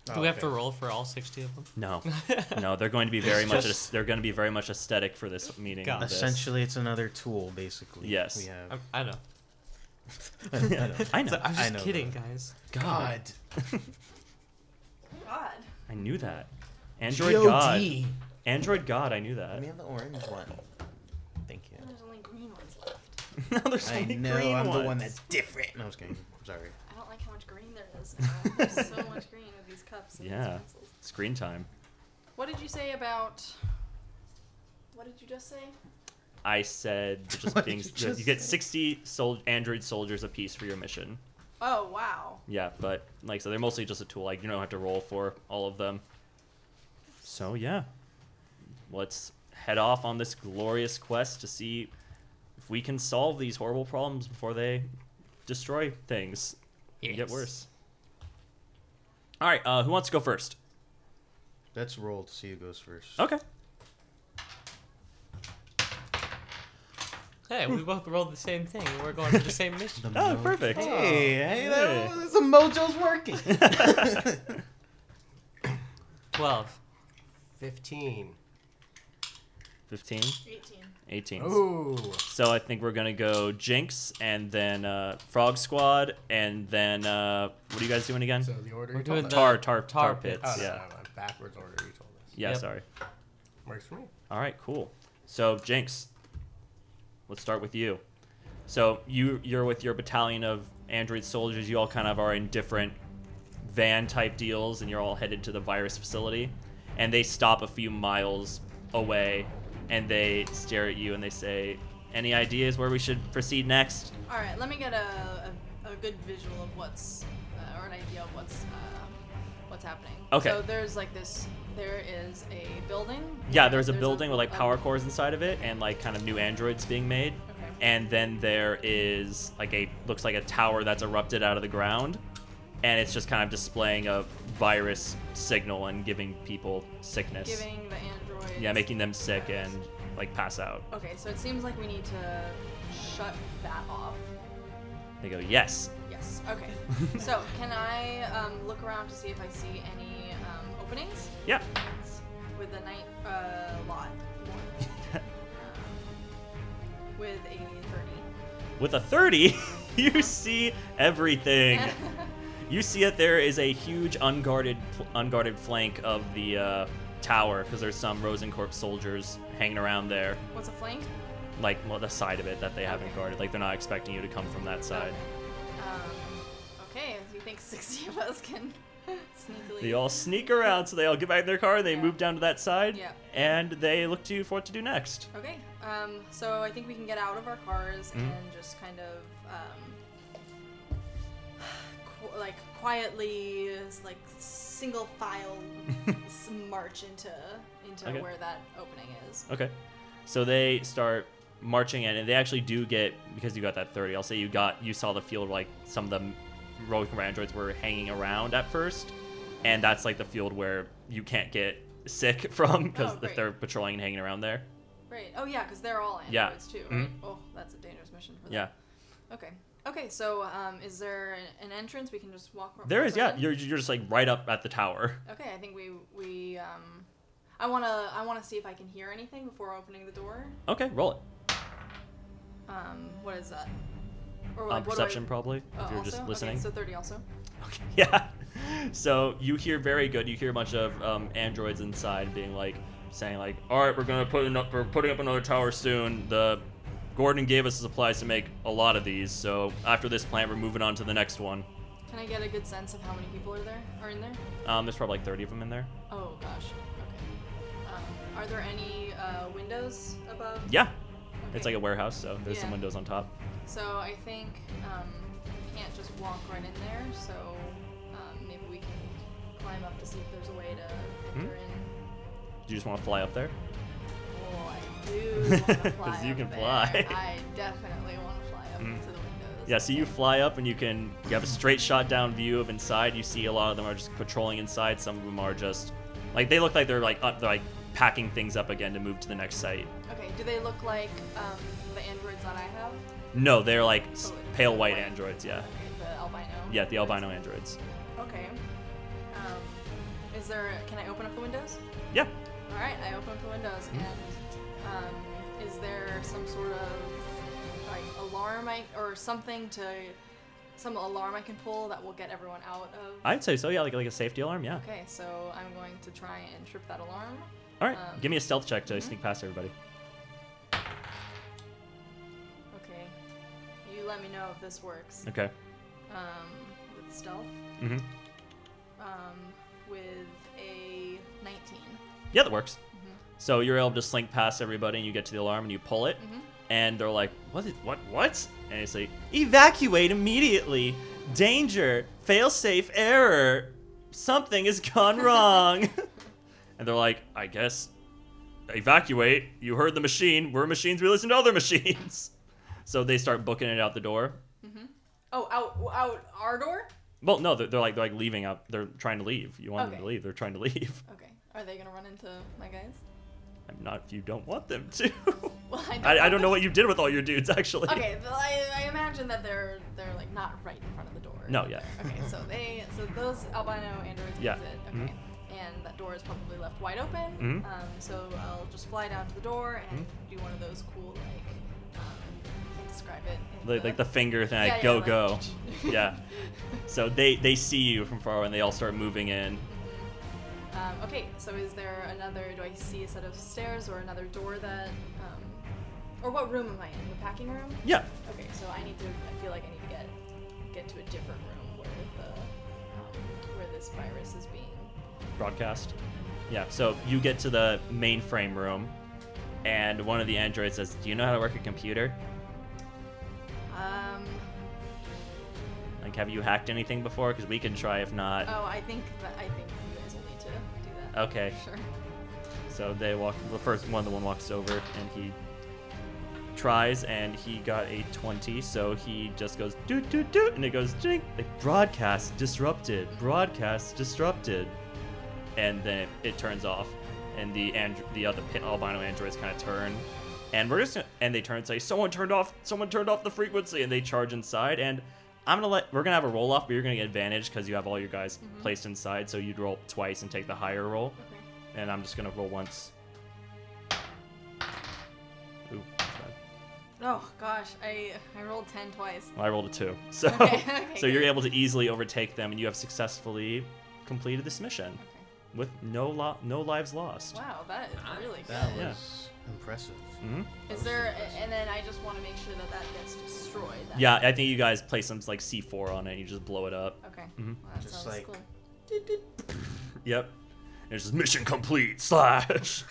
Speaker 3: Do
Speaker 2: Oh,
Speaker 3: we have
Speaker 2: okay.
Speaker 3: to roll for all sixty of them?
Speaker 1: No, no, they're going to be very much
Speaker 3: Just-
Speaker 1: they're going to be very much aesthetic for this meeting.
Speaker 3: Got
Speaker 1: this.
Speaker 4: Essentially, it's another tool, basically.
Speaker 1: Yes.
Speaker 4: We
Speaker 3: I,
Speaker 4: have.
Speaker 3: I know.
Speaker 1: I
Speaker 4: I know.
Speaker 1: know.
Speaker 3: I'm
Speaker 4: I
Speaker 3: just
Speaker 4: know
Speaker 3: kidding, guys.
Speaker 1: God,
Speaker 5: oh God.
Speaker 1: I knew that. Android God, Android God, I knew
Speaker 4: Let
Speaker 1: that.
Speaker 4: me have the orange one. Thank you.
Speaker 5: There's only green ones left.
Speaker 1: now there's so
Speaker 4: I
Speaker 1: many
Speaker 4: know
Speaker 1: green
Speaker 4: I'm
Speaker 1: ones.
Speaker 4: the one that's different. No, I was kidding. I'm sorry.
Speaker 5: I don't like how much green there is. Now. There's so much green with these cups and
Speaker 1: Yeah.
Speaker 5: these pencils.
Speaker 1: Screen time.
Speaker 5: What did you say about? What did you just say?
Speaker 1: I said just
Speaker 4: What
Speaker 1: being
Speaker 4: did you just
Speaker 1: you get
Speaker 4: say?
Speaker 1: 60 sol- Android soldiers apiece for your mission.
Speaker 5: Oh wow.
Speaker 1: Yeah, but like so they're mostly just a tool. Like you don't have to roll for all of them. So yeah. Let's head off on this glorious quest to see if we can solve these horrible problems before they destroy things and get
Speaker 3: Yes.
Speaker 1: worse. All right, uh, who wants to go first?
Speaker 4: Let's roll to see who goes first.
Speaker 1: Okay.
Speaker 3: Hey, we both rolled the same thing. and We're going to the same mission.
Speaker 1: Oh, perfect.
Speaker 4: Hey,
Speaker 2: Oh.
Speaker 4: hey,
Speaker 1: that-
Speaker 4: some mojo's working.
Speaker 3: Twelve.
Speaker 2: Fifteen.
Speaker 1: 15,
Speaker 5: 18.
Speaker 1: 18.
Speaker 2: Ooh.
Speaker 1: So I think we're gonna go Jinx and then uh, Frog Squad and then uh, what are you guys doing again?
Speaker 2: So the order
Speaker 3: We're
Speaker 2: you told
Speaker 3: doing
Speaker 2: us.
Speaker 3: the-
Speaker 1: tar, tar, tar,
Speaker 3: Tar
Speaker 1: pits.
Speaker 3: Pits.
Speaker 2: Oh, no,
Speaker 1: yeah.
Speaker 2: no, no, backwards order you told us.
Speaker 1: Yeah.
Speaker 3: Yep.
Speaker 1: Sorry.
Speaker 2: Works for me.
Speaker 1: All right. Cool. So Jinx, let's start with you. So you you're with your battalion of android soldiers. You all kind of are in different van type deals, and you're all headed to the virus facility. And they stop a few miles away, and they stare at you and they say, "Any ideas where we should proceed next?"
Speaker 5: All right, let me get a, a, a good visual of what's, uh, or an idea of what's, uh, what's happening.
Speaker 1: Okay.
Speaker 5: So there's like this, there is a building.
Speaker 1: Yeah, there's a
Speaker 5: There's a-
Speaker 1: building with like
Speaker 5: a-
Speaker 1: power cores inside of it, and like kind of new androids being made.
Speaker 5: Okay.
Speaker 1: and then there is like a looks like a tower that's erupted out of the ground and it's just kind of displaying a virus signal and giving people sickness
Speaker 5: Giving the android.
Speaker 1: yeah making them sick and like pass out
Speaker 5: Okay, so it seems like we need to shut that off.
Speaker 1: they go yes
Speaker 5: Yes. Okay. so can I um, look around to see if I see any um, openings
Speaker 1: yeah
Speaker 5: with the night uh, lot Um, with a
Speaker 1: with a 30 you see everything
Speaker 5: thirty?
Speaker 1: you see that there is a huge unguarded unguarded flank of the uh, tower because there's some rosenkorps soldiers hanging around there
Speaker 5: What's a flank?
Speaker 1: like well, the side of it that they haven't
Speaker 5: Okay.
Speaker 1: guarded like they're not expecting you to come from that side
Speaker 5: Um, okay, do you think 60 of us can sneakily.
Speaker 1: They all sneak around, so they all get back in their car, they
Speaker 5: Yeah.
Speaker 1: move down to that side,
Speaker 5: Yeah.
Speaker 1: and they look to you for what to do next.
Speaker 5: Okay, um, so I think we can get out of our cars
Speaker 1: Mhm.
Speaker 5: and just kind of. Um, qu- like quietly, s- like single file s- march into into
Speaker 1: Okay.
Speaker 5: where that opening is.
Speaker 1: Okay. So they start marching in, and they actually do get because you got that thirty. I'll say you got you saw the field like some of the Rogue androids were hanging around at first, and that's like the field where you can't get sick from because
Speaker 5: Oh,
Speaker 1: if
Speaker 5: great.
Speaker 1: they're patrolling and hanging around there.
Speaker 5: Right. Oh yeah, because they're all
Speaker 1: Yeah. Mm-hmm.
Speaker 5: androids too, right? Oh, that's a dangerous mission for them.
Speaker 1: Yeah.
Speaker 5: Okay. Okay. So, um, is there an, an entrance we can just walk? ro-
Speaker 1: There is
Speaker 5: right
Speaker 1: yeah.
Speaker 5: in?
Speaker 1: You're you're just like right up at the tower.
Speaker 5: Okay, I think we we um, I wanna I wanna see if I can hear anything before opening the door.
Speaker 1: Okay, roll it.
Speaker 5: Um, what is that? Or
Speaker 1: Um,
Speaker 5: what do I-
Speaker 1: perception probably
Speaker 5: uh,
Speaker 1: if you're just
Speaker 5: also?
Speaker 1: listening.
Speaker 5: Okay, so thirty also.
Speaker 1: Okay, yeah. So you hear very good. You hear a bunch of um, androids inside being like, saying like, "All right, we're gonna put in, we're putting up another tower soon. The Gordon gave us the supplies to make a lot of these. So after this plant, we're moving on to the next one.
Speaker 5: Can I get a good sense of how many people are there are in there?
Speaker 1: Um, there's probably like 30 of them in there.
Speaker 5: Oh gosh. Okay. Um, are there any uh, windows above?
Speaker 1: Yeah,
Speaker 5: Okay.
Speaker 1: it's like a warehouse, so there's some
Speaker 5: Yeah.
Speaker 1: windows on top.
Speaker 5: So I think um, we can't just walk right in there. So um, maybe we can climb up to see if there's a way to
Speaker 1: Hmm?
Speaker 5: enter in.
Speaker 1: Do you just want to fly up there?
Speaker 5: Oh, I do want to
Speaker 1: 'Cause
Speaker 5: fly.
Speaker 1: you
Speaker 5: up
Speaker 1: can
Speaker 5: there.
Speaker 1: fly.
Speaker 5: I definitely want to fly up
Speaker 1: Mm.
Speaker 5: to the windows.
Speaker 1: Yeah, so you
Speaker 5: Okay.
Speaker 1: fly up and you can you have a straight shot down view of inside. You see a lot of them are just patrolling inside. Some of them are just like they look like they're like up, they're like packing things up again to move to the next site.
Speaker 5: Okay. Do they look like um, the androids that I have?
Speaker 1: No, they're like s-
Speaker 5: Oh, it's
Speaker 1: pale white
Speaker 5: white.
Speaker 1: androids. Yeah,
Speaker 5: Okay, the albino.
Speaker 1: yeah, the albino androids.
Speaker 5: Okay. Um, is there? Can I open up the windows?
Speaker 1: Yeah,
Speaker 5: All right, I open up the windows,
Speaker 1: Hmm?
Speaker 5: and um, is there some sort of like alarm I, or something to some alarm I can pull that will get everyone out of?
Speaker 1: I'd say so. Yeah, like like a safety alarm. Yeah.
Speaker 5: okay, so I'm going to try and trip that alarm.
Speaker 1: All right,
Speaker 5: Um,
Speaker 1: give me a stealth check to sneak past everybody.
Speaker 5: Okay, you let me know if this works.
Speaker 1: Okay.
Speaker 5: Um, with stealth,
Speaker 1: Mm-hmm.
Speaker 5: um, with a 19.
Speaker 1: Yeah, that works. So you're able to slink past everybody, and you get to the alarm, and you pull it, and they're like, "What? Is, what? What?" And it's like, "Evacuate immediately! Danger! Failsafe error! Something has gone wrong!" and they're like, "I guess evacuate. You heard the machine. We're machines. We listen to other machines." So they start booking it out the door.
Speaker 5: Oh, out, out our door.
Speaker 1: Well, no, they're, they're like they're like leaving out. They're trying to leave. You want them to
Speaker 5: Okay.
Speaker 1: leave? They're trying to leave.
Speaker 5: Okay, are they gonna run into my guys?
Speaker 1: I'm not if you don't want them to.
Speaker 5: Well, I
Speaker 1: I, I don't
Speaker 5: know.
Speaker 1: know what you did with all your dudes, actually.
Speaker 5: Okay, but I, I imagine that they're they're like not right in front of the door.
Speaker 1: No, yeah.
Speaker 5: Okay, so they so those albino androids
Speaker 1: Yeah.
Speaker 5: exit. Okay.
Speaker 1: Mhm.
Speaker 5: and that door is probably left wide open.
Speaker 1: Mhm.
Speaker 5: Um, so I'll just fly down to the door and
Speaker 1: Mm-hmm.
Speaker 5: do one of those cool like um, I can't describe it. in
Speaker 1: Like, like the finger thing, like,
Speaker 5: Yeah,
Speaker 1: go
Speaker 5: yeah,
Speaker 1: go.
Speaker 5: like-
Speaker 1: yeah. So they they see you from far away and they all start moving in.
Speaker 5: Um, okay, so is there another? Do I see a set of stairs or another door that? Um, or what room am I in? The packing room.
Speaker 1: Yeah.
Speaker 5: Okay, so I need to. I feel like I need to get get to a different room where the um, where this virus is being.
Speaker 1: broadcast. Yeah, so you get to the mainframe room, and one of the androids says, Do you know how to work a computer?
Speaker 5: Um.
Speaker 1: Like, have you hacked anything before? Because we can try if not.
Speaker 5: Oh, I think that I think you guys will need to do that.
Speaker 1: Okay,
Speaker 5: Oh, Sure.
Speaker 1: so they walk, the first one, the one walks over, and he tries, and he got a 20, so he just goes, doot, doot, doot, and it goes, ding, like, broadcast disrupted, broadcast disrupted. and then it, it turns off, and the and the other pin, albino androids kind of turn, and we're just gonna- and they turn and say, "Someone turned off, someone turned off the frequency," and they charge inside. And I'm gonna let we're gonna have a roll off, but you're gonna get advantage because you have all your guys placed inside, so you'd roll twice and take the higher roll,
Speaker 5: Okay.
Speaker 1: and I'm just gonna roll once. Ooh, that's bad.
Speaker 5: Oh gosh, I I rolled ten twice.
Speaker 1: Well, I rolled a two, so
Speaker 5: Okay, okay,
Speaker 1: so you're
Speaker 5: good.
Speaker 1: able to easily overtake them, and you have successfully completed this mission
Speaker 5: Okay.
Speaker 1: with no lo- no lives lost.
Speaker 5: Wow, that is really good.
Speaker 4: That
Speaker 1: Yeah.
Speaker 4: was impressive.
Speaker 1: hmm
Speaker 5: Is there? And then I just want to make sure that that gets destroyed. That
Speaker 1: Yeah, I think you guys play some like C4 on it and you just blow it up.
Speaker 5: Okay.
Speaker 1: Mhm.
Speaker 5: Well, that
Speaker 4: Just
Speaker 5: sounds
Speaker 4: like-
Speaker 5: cool.
Speaker 1: Yep. And it's just mission complete slash.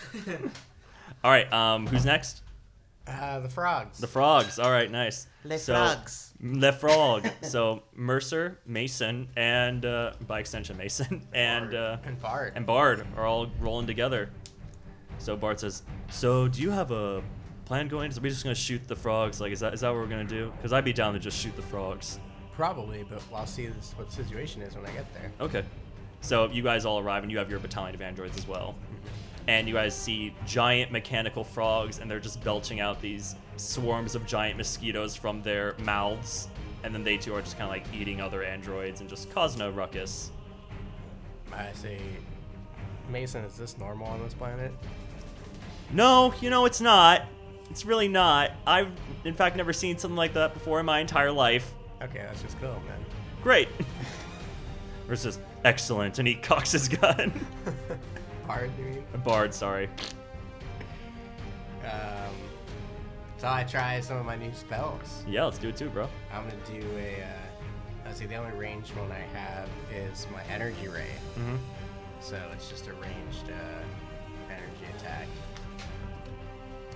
Speaker 1: All right, um, who's next?
Speaker 2: Uh, the frogs.
Speaker 1: The frogs. All right, nice.
Speaker 4: Les
Speaker 1: So-
Speaker 4: frogs.
Speaker 1: Le frog. so Mercer, Mason, and uh, by extension Mason and uh,
Speaker 2: and Bard.
Speaker 1: and Bard are all rolling together. So Bard says, "So do you have a plan going? So we just gonna shoot the frogs? Like, is that is that what we're gonna do? Because I'd be down to just shoot the frogs."
Speaker 2: Probably, but I'll see this, what the situation is when I get there.
Speaker 1: Okay. So you guys all arrive, and you have your battalion of androids as well. And you guys see giant mechanical frogs, and they're just belching out these swarms of giant mosquitoes from their mouths. And then they too are just kind of like eating other androids and just cause no ruckus.
Speaker 2: I say, Mason, is this normal on this planet?
Speaker 1: No, you know, it's not. It's really not. I've, in fact, never seen something like that before in my entire life.
Speaker 2: Okay, that's just cool, man.
Speaker 1: Great. Versus, excellent. And he cocks his gun.
Speaker 2: Bard, you mean?
Speaker 1: Bard, sorry.
Speaker 2: Um, so I try some of my new spells.
Speaker 1: Yeah, let's do it too, bro.
Speaker 2: I'm gonna do a. Uh, I see the only ranged one I have is my energy ray.
Speaker 1: Mm-hmm.
Speaker 2: So it's just a ranged uh, energy attack.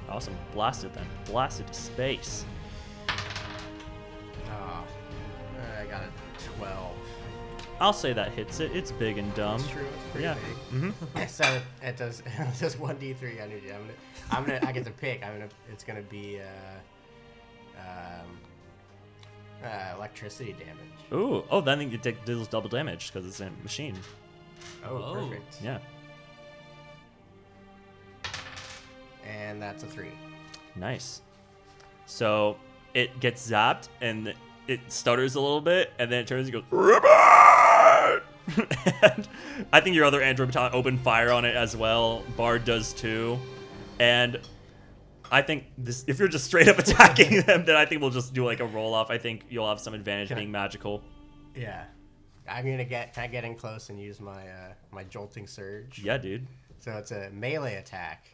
Speaker 1: Awesome. Blast it then. Blast it to space.
Speaker 2: Oh, I got a 12.
Speaker 1: I'll say that hits it. It's big and dumb.
Speaker 2: That's true. It's pretty
Speaker 1: Um, Yeah.
Speaker 2: big.
Speaker 1: hmm
Speaker 2: so it does it does one d three energy. I'm gonna I'm gonna I get to pick. I'm gonna it's gonna be uh, um, uh, electricity damage.
Speaker 1: Ooh. Oh, then you take deals double damage because it's a machine.
Speaker 2: Oh,
Speaker 3: Oh.
Speaker 2: perfect.
Speaker 1: Yeah.
Speaker 2: And that's a three.
Speaker 1: Nice. So it gets zapped and it stutters a little bit, and then it turns and goes. "Ribbon!" and I think your other android battalion opened fire on it as well. Bard does too, and I think this. If you're just straight up attacking them, then I think we'll just do like a roll off. I think you'll have some advantage
Speaker 2: Can I-
Speaker 1: being magical.
Speaker 2: Yeah. I'm gonna get can I get in close and use my uh, my jolting surge.
Speaker 1: Yeah, dude.
Speaker 2: So it's a melee attack,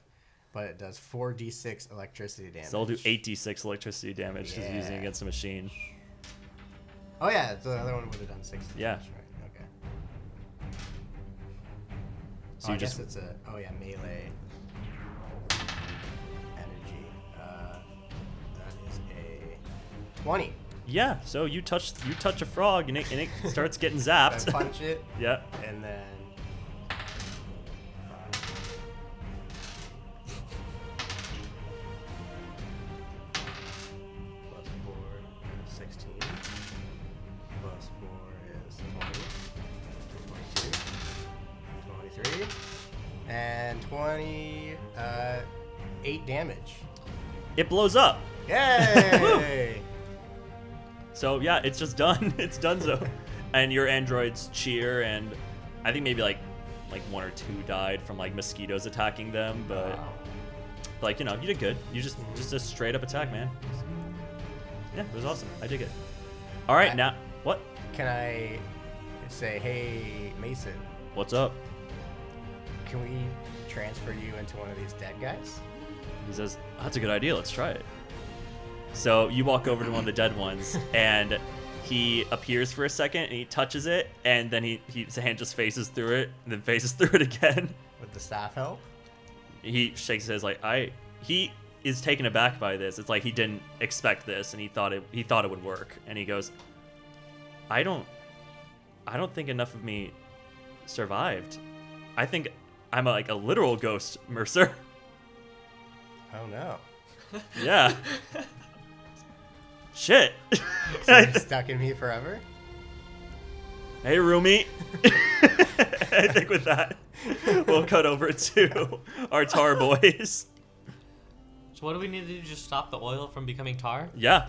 Speaker 2: but it does four d six electricity damage.
Speaker 1: So I'll do 8d6 electricity damage because using
Speaker 2: Yeah.
Speaker 1: it against a machine.
Speaker 2: Oh yeah, the other one would have done six.
Speaker 1: Yeah.
Speaker 2: Damage, right? Okay.
Speaker 1: So
Speaker 2: oh, I
Speaker 1: you just
Speaker 2: guess it's a oh yeah melee energy. Uh, that is a twenty.
Speaker 1: yeah. So you touch you touch a frog and it, and it starts getting
Speaker 2: I
Speaker 1: zapped.
Speaker 2: punch it
Speaker 1: yeah.
Speaker 2: and then. Plus four is sixteen. Plus four is twenty. Twenty-two. Twenty-three. And twenty. Uh, eight damage.
Speaker 1: It blows up.
Speaker 2: Yay!
Speaker 1: So yeah, it's just done. It's done so. and your androids cheer and I think maybe like like one or two died from like mosquitoes attacking them, but
Speaker 2: Wow.
Speaker 1: like you know, you did good. You just just a straight up attack, man. Yeah, it was awesome. I dig it. All right,
Speaker 2: I-
Speaker 1: now what?
Speaker 2: Can I say, hey, Mason,
Speaker 1: What's up?
Speaker 2: can we transfer you into one of these dead guys?
Speaker 1: He says, That's a good idea. Let's try it. So you walk over to one of the dead ones, and he appears for a second, and he touches it, and then he, he his hand just faces through it, and then faces through it again.
Speaker 2: Would the staff help?
Speaker 1: He shakes his head like I. He is taken aback by this. It's like he didn't expect this, and he thought it he thought it would work. And he goes, I don't, I don't think enough of me survived. I think I'm a, like a literal ghost, Mercer.
Speaker 2: Oh no.
Speaker 1: Yeah. Shit.
Speaker 2: So you're stuck in me forever?
Speaker 1: hey, roomie. I think with that, we'll cut over to our tar boys.
Speaker 3: So what do we need to do? Just stop the oil from becoming tar?
Speaker 1: Yeah,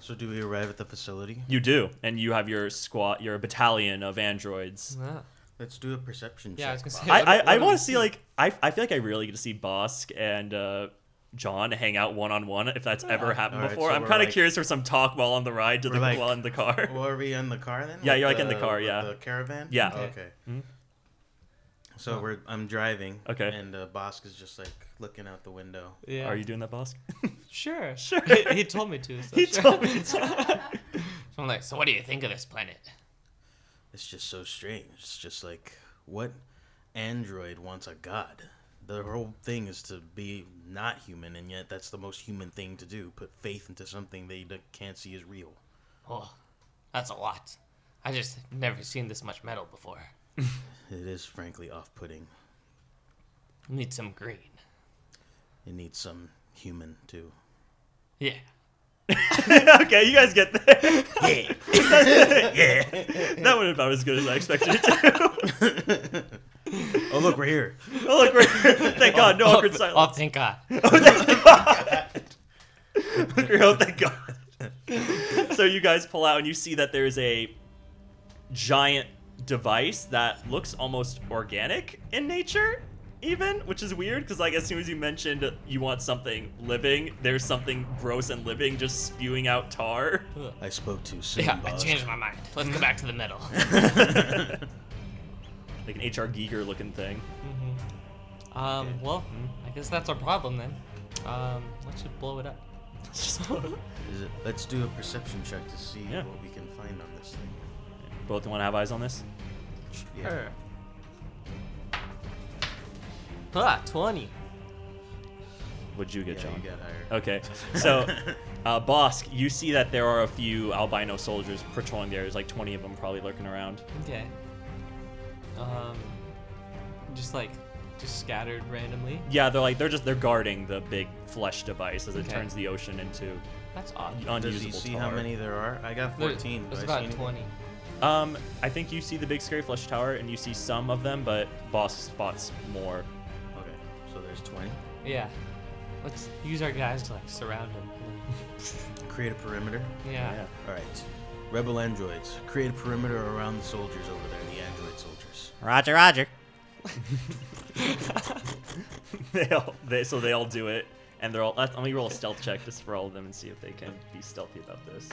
Speaker 4: So do we arrive at the facility?
Speaker 1: you do, and you have your squad, your battalion of androids.
Speaker 3: Yeah.
Speaker 4: Let's do a perception
Speaker 3: Yeah, I was
Speaker 4: check.
Speaker 3: gonna
Speaker 4: Bob.
Speaker 3: say.
Speaker 1: I
Speaker 3: what-
Speaker 1: I,
Speaker 3: what
Speaker 1: I
Speaker 3: do we
Speaker 1: want to see like I I feel like I really get to see Bosk and. uh John hang out one on one if that's ever happened
Speaker 4: Alright,
Speaker 1: before.
Speaker 4: so
Speaker 1: I'm
Speaker 4: we're
Speaker 1: kind of
Speaker 4: like-
Speaker 1: curious for some talk while on the ride to
Speaker 4: We're
Speaker 1: the
Speaker 4: like-
Speaker 1: while in the car.
Speaker 4: Well, are we in the car then?
Speaker 1: Yeah,
Speaker 4: With
Speaker 1: you're, like, in the car,
Speaker 4: with
Speaker 1: yeah.
Speaker 4: The caravan.
Speaker 1: Yeah.
Speaker 4: Okay.
Speaker 3: Mm-hmm.
Speaker 4: So we're I'm driving.
Speaker 1: Okay.
Speaker 4: And uh, Bosk is just like looking out the window.
Speaker 3: Yeah.
Speaker 1: Are you doing that, Bosk?
Speaker 3: sure?
Speaker 1: Sure.
Speaker 3: He, he told me to. So
Speaker 1: he
Speaker 3: sure.
Speaker 1: told me. to.
Speaker 3: So I'm like, so what do you think of this planet?
Speaker 4: It's just so strange. It's just like what android wants a god. The whole thing is to be not human, and yet that's the most human thing to do. Put faith into something they d- can't see is real.
Speaker 3: Oh, that's a lot. I just never seen this much metal before.
Speaker 4: It is frankly off-putting.
Speaker 3: Need some green.
Speaker 4: It needs some human too.
Speaker 3: Yeah.
Speaker 1: okay, you guys get there. yeah. That was about as good as I expected it to.
Speaker 4: Oh look, we're here.
Speaker 1: Oh, look, we're, thank God, no awkward
Speaker 3: oh,
Speaker 1: silence.
Speaker 3: Oh, thank God.
Speaker 1: Look, we're- oh, thank God. so you guys pull out and you see that there's a giant device that looks almost organic in nature, even, which is weird because like as soon as you mentioned you want something living, there's something gross and living just spewing out tar.
Speaker 4: I spoke too soon,
Speaker 3: Yeah, I
Speaker 4: Bosk.
Speaker 3: changed my mind. Let's go back to the metal.
Speaker 1: Like an HR Giger looking thing.
Speaker 3: Um, well, I guess that's our problem then. Um, let's just blow it up.
Speaker 1: Just-
Speaker 4: Is it, let's do a perception check to see
Speaker 1: Yeah.
Speaker 4: what we can find on this thing.
Speaker 1: Both want to have eyes on this?
Speaker 4: Yeah.
Speaker 3: Sure. Ah, 20.
Speaker 1: What'd you get,
Speaker 4: Yeah,
Speaker 1: John?
Speaker 4: you got higher.
Speaker 1: Okay, so uh, Bosk, you see that there are a few albino soldiers patrolling there. There's like 20 of them probably lurking around.
Speaker 3: Okay. Um, just like, just scattered randomly.
Speaker 1: Yeah, they're like they're just they're guarding the big flesh device as it
Speaker 3: Okay.
Speaker 1: turns the ocean into
Speaker 3: That's odd.
Speaker 1: unusable
Speaker 4: Does he see
Speaker 1: tar.
Speaker 4: how many there are? I got
Speaker 3: There-
Speaker 4: 14. Do
Speaker 3: There's
Speaker 4: I see
Speaker 3: about
Speaker 4: anything?
Speaker 3: 20.
Speaker 1: Um, I think you see the big scary flesh tower and you see some of them, but Bosk spots more.
Speaker 4: Okay, so there's 20.
Speaker 3: Yeah. Let's use our guys to like surround him.
Speaker 4: Create a perimeter.
Speaker 3: Yeah.
Speaker 1: Yeah.
Speaker 4: All right. Rebel androids, create a perimeter around the soldiers over there, the android soldiers.
Speaker 1: Roger, Roger. they all they so they all do it, and they're all. Let let me roll a stealth check just for all of them and see if they can be stealthy about this.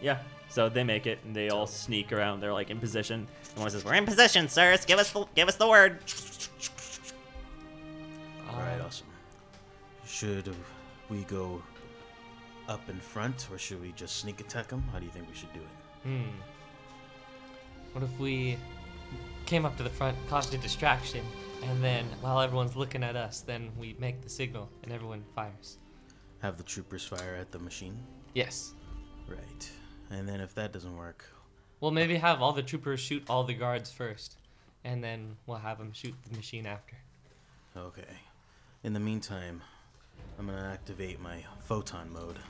Speaker 1: Yeah, so they make it, and they all sneak around. They're like in position. And one says, "We're in position, sirs. Give us the give us the word."
Speaker 4: All right,
Speaker 3: Um,
Speaker 4: awesome. Should we go up in front, or should we just sneak attack them? How do you think we should do it?
Speaker 3: Hmm. What if we came up to the front, caused a distraction, and then while everyone's looking at us, then we make the signal and everyone fires?
Speaker 4: Have the troopers fire at the machine?
Speaker 3: Yes.
Speaker 4: Right. And then if that doesn't work,
Speaker 3: Well, maybe have all the troopers shoot all the guards first, and then we'll have them shoot the machine after.
Speaker 4: Okay. In the meantime, I'm gonna activate my photon mode,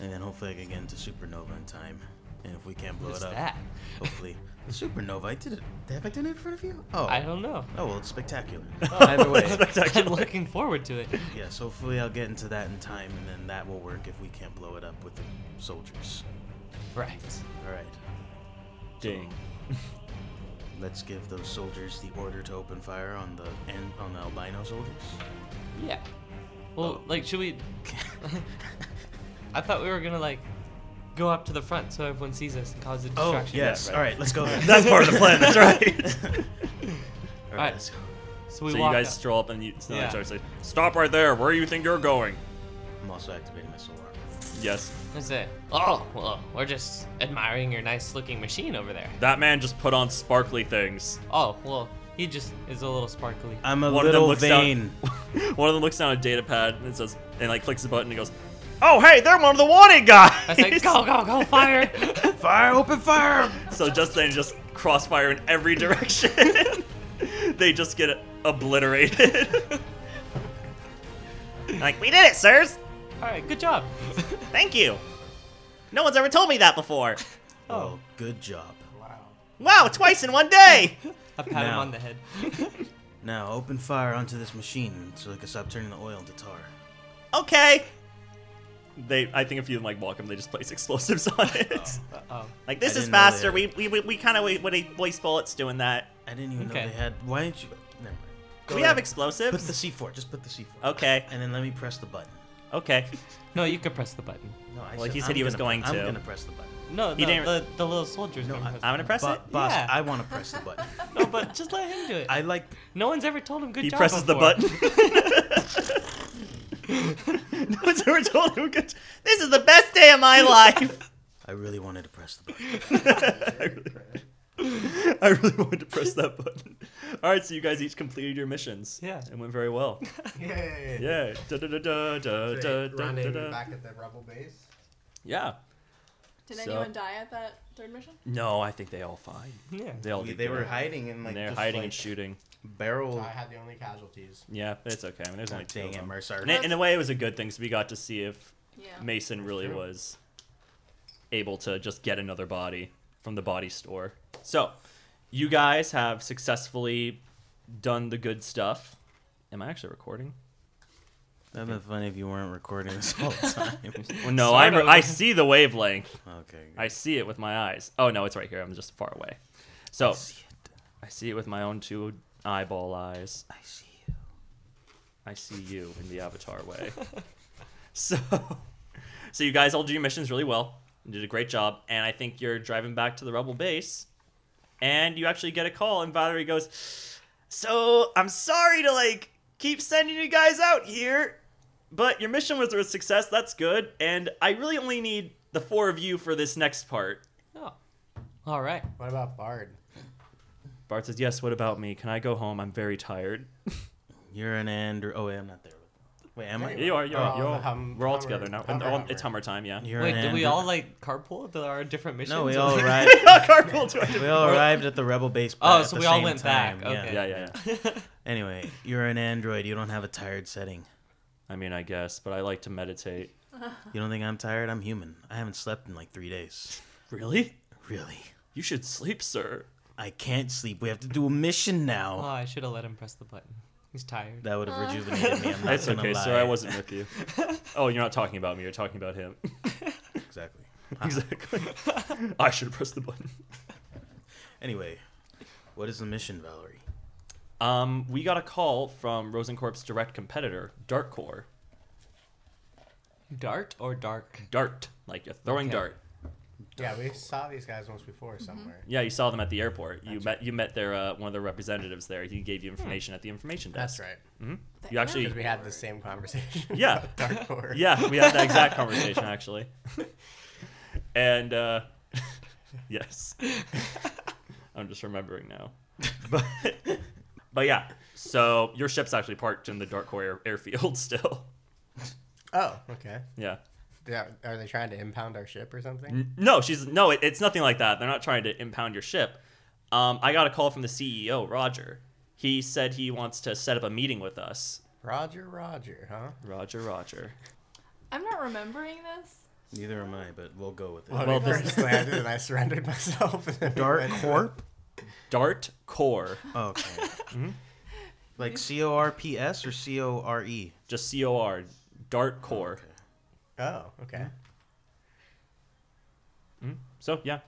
Speaker 4: and then hopefully I can get into supernova in time. And if we can't blow
Speaker 3: What's
Speaker 4: it up,
Speaker 3: that?
Speaker 4: hopefully the supernova. I did it. Have I done it in front of you? Oh.
Speaker 3: I don't know.
Speaker 4: Oh well, it's spectacular.
Speaker 3: Either way, I'm
Speaker 1: Spectacular.
Speaker 3: looking forward to it.
Speaker 4: yes. Hopefully I'll get into that in time, and then that will work if we can't blow it up with the soldiers.
Speaker 3: Right.
Speaker 4: All right.
Speaker 1: Ding.
Speaker 4: Let's give those soldiers the order to open fire on the and on the albino soldiers.
Speaker 3: Yeah. Well, like, should we? I thought we were gonna like go up to the front so everyone sees us and cause a
Speaker 4: Oh
Speaker 3: distraction.
Speaker 4: yes.
Speaker 1: right.
Speaker 4: All right. Let's go. then.
Speaker 1: That's part of the plan. That's right.
Speaker 4: All
Speaker 3: Alright.
Speaker 4: right. Let's go.
Speaker 3: So we
Speaker 1: so you
Speaker 3: walk
Speaker 1: guys
Speaker 3: up.
Speaker 1: stroll up and you so
Speaker 3: Yeah.
Speaker 1: yeah. say, "Stop right there! Where do you think you're going?"
Speaker 4: I'm also activating my solar.
Speaker 1: Yes,
Speaker 3: I say, oh, well, we're just admiring your nice-looking machine over there.
Speaker 1: that man just put on sparkly things.
Speaker 3: Oh, well, he just is a little sparkly.
Speaker 4: I'm a
Speaker 1: One of them
Speaker 4: little
Speaker 1: looks
Speaker 4: vain.
Speaker 1: down. One of them looks down at a data pad and it says, and like clicks the button and goes, "Oh hey, they're one of the wanted guys."
Speaker 3: I say, go, go, go, fire!
Speaker 4: Fire! Open fire!
Speaker 1: So just then, just crossfire in every direction. they just get obliterated. like we did it, sirs.
Speaker 3: All right, good job.
Speaker 1: Thank you. No one's ever told me that before.
Speaker 4: Oh, good job.
Speaker 2: Wow.
Speaker 1: Wow, twice in one day.
Speaker 3: I pat him
Speaker 4: Now.
Speaker 3: on the head.
Speaker 4: Now open fire onto this machine so they can stop turning the oil into tar.
Speaker 1: Okay. They, I think a few of them like walk them. They just place explosives on it.
Speaker 3: Oh,
Speaker 1: Like
Speaker 4: I didn't know they had-
Speaker 1: we we, we kind of would waste bullets doing that.
Speaker 4: I didn't even
Speaker 3: Okay.
Speaker 4: know they had. Why didn't you? Never mind.
Speaker 1: we have
Speaker 4: Put
Speaker 1: explosives.
Speaker 4: the C4. Just put the C4.
Speaker 1: Okay.
Speaker 4: And then let me press the button.
Speaker 1: Okay.
Speaker 3: no, you could press the button.
Speaker 4: No, I
Speaker 1: Well, he said he was
Speaker 4: gonna
Speaker 1: going
Speaker 4: pre-
Speaker 1: to.
Speaker 4: I'm gonna press the button.
Speaker 3: No,
Speaker 1: He
Speaker 3: no,
Speaker 1: didn't-
Speaker 3: the, the little soldier's
Speaker 4: No,
Speaker 3: gonna
Speaker 4: I-
Speaker 3: press the
Speaker 1: I'm gonna
Speaker 3: button.
Speaker 1: press it.
Speaker 4: Bo- boss,
Speaker 3: Yeah.
Speaker 4: I want to press the button.
Speaker 3: No, but just let him do it.
Speaker 4: I like.
Speaker 3: No one's ever told him good
Speaker 1: he
Speaker 3: job.
Speaker 1: presses the
Speaker 3: before.
Speaker 1: button. no one's ever told him. Good. This is the best day of my life.
Speaker 4: I really wanted to press the button.
Speaker 1: I, really, I really wanted to press that button. All right, so you guys each completed your missions.
Speaker 3: Yeah.
Speaker 1: it went very well.
Speaker 2: Yay.
Speaker 1: Yeah. Da, da, da, da, da, da, da, da,
Speaker 2: Rendezvous
Speaker 1: da.
Speaker 2: back at the rebel base.
Speaker 1: Yeah.
Speaker 5: Did
Speaker 1: So-
Speaker 5: anyone die at that third mission?
Speaker 1: No, I think they all fine.
Speaker 3: Yeah.
Speaker 1: They all
Speaker 4: We-
Speaker 1: did
Speaker 4: they were
Speaker 1: good.
Speaker 4: hiding and like.
Speaker 1: and they're
Speaker 4: just,
Speaker 1: hiding
Speaker 4: like,
Speaker 1: and shooting.
Speaker 4: Barrel.
Speaker 2: So I had the only casualties.
Speaker 1: Yeah, but it's okay. I mean, there's
Speaker 4: Oh,
Speaker 1: only two.
Speaker 4: dang
Speaker 1: of
Speaker 4: it,
Speaker 1: them.
Speaker 4: Mercer.
Speaker 1: And it- in a way, it was a good thing because we got to see if
Speaker 5: Yeah.
Speaker 1: Mason really was able to just get another body from the body store. So, you guys have successfully done the good stuff. Am I actually recording?
Speaker 4: That'd been funny if you weren't recording this whole time.
Speaker 1: Well, no, I'm,
Speaker 3: Sort of.
Speaker 1: I see the wavelength.
Speaker 4: okay.
Speaker 1: I see it with my eyes. Oh no, it's right here. I'm just far away. So I see it with my own two eyeball eyes.
Speaker 4: I see you.
Speaker 1: I see you in the Avatar way. so, so you guys all do your missions really well. You did a great job, and I think you're driving back to the Rebel base, and you actually get a call, and Valerie goes, "So I'm sorry to like keep sending you guys out here, but your mission was a success. That's good, and I really only need the four of you for this next part."
Speaker 3: Oh. All right.
Speaker 2: What about Bard?
Speaker 1: Bart says, "Yes. What about me? Can I go home? I'm very tired."
Speaker 4: You're an Andrew. Oh wait, I'm not there. Wait, am
Speaker 2: Yeah,
Speaker 4: I?
Speaker 1: You are. You are.
Speaker 2: Oh,
Speaker 1: you are.
Speaker 4: um,
Speaker 2: hum-
Speaker 1: We're all
Speaker 2: Hummer-
Speaker 1: together now.
Speaker 2: Hummer,
Speaker 1: Oh,
Speaker 2: Hummer.
Speaker 1: it's Hummer time. Yeah.
Speaker 4: You're
Speaker 3: Wait,
Speaker 4: an
Speaker 3: did we
Speaker 4: Andro-
Speaker 3: all like carpool to our different missions?
Speaker 4: No, we
Speaker 3: or-
Speaker 4: all arrived.
Speaker 1: Carpool to
Speaker 4: We all arrived at the rebel base.
Speaker 3: Oh,
Speaker 4: at
Speaker 3: so
Speaker 4: the
Speaker 3: we all
Speaker 4: same
Speaker 3: went back,
Speaker 4: time,
Speaker 3: okay.
Speaker 1: Yeah, yeah, yeah.
Speaker 4: Anyway, you're an android. You don't have a tired setting.
Speaker 1: I mean, I guess, but I like to meditate.
Speaker 4: You don't think I'm tired? I'm human. I haven't slept in like three days.
Speaker 1: Really?
Speaker 4: Really?
Speaker 1: You should sleep, sir.
Speaker 4: I can't sleep. We have to do a mission
Speaker 3: Oh,
Speaker 4: now.
Speaker 3: I should have let him press the button. He's tired.
Speaker 4: That would have rejuvenated me. I'm not
Speaker 1: It's
Speaker 4: gonna
Speaker 1: okay,
Speaker 4: lie.
Speaker 1: sir. I wasn't with you. Oh, you're not talking about me. You're talking about him.
Speaker 4: exactly.
Speaker 1: exactly. I should press the button.
Speaker 4: Anyway, what is the mission, Valerie?
Speaker 1: Um, we got a call from Rosencorp's direct competitor, Dart Core.
Speaker 3: Dart or dark?
Speaker 1: Dart, like you're throwing
Speaker 3: Okay.
Speaker 1: dart.
Speaker 2: Yeah, we saw these guys once before somewhere.
Speaker 1: Yeah, you saw them at the airport. You met you met their uh, one of their representatives there. He gave you information at the information desk.
Speaker 2: That's right.
Speaker 1: You actually,
Speaker 2: Because we had the same conversation.
Speaker 1: Yeah.
Speaker 2: about Dark Lord.
Speaker 1: Yeah, we had that exact conversation actually. And uh yes. I'm just remembering now. But but yeah, so your ship's actually parked in the Dark Core air- airfield still.
Speaker 2: Oh, okay.
Speaker 1: Yeah.
Speaker 2: Yeah, are they trying to impound our ship or something?
Speaker 1: N- No, she's no, it, it's nothing like that. They're not trying to impound your ship. Um, I got a call from the CEO, Roger. He said he wants to set up a meeting with us.
Speaker 2: Roger, Roger, huh?
Speaker 1: Roger, Roger.
Speaker 5: I'm not remembering this.
Speaker 4: Neither am I, but we'll go with it.
Speaker 2: Well,
Speaker 1: Well,
Speaker 2: we
Speaker 1: this-
Speaker 2: first landed and I surrendered myself. uh, and then we
Speaker 4: Dark
Speaker 2: went to-
Speaker 4: Corp.
Speaker 1: Dart Core,
Speaker 4: Oh, okay. Like C O R P S or C O R E.
Speaker 1: just C O R, Dart Core.
Speaker 2: Oh, okay.
Speaker 1: So yeah,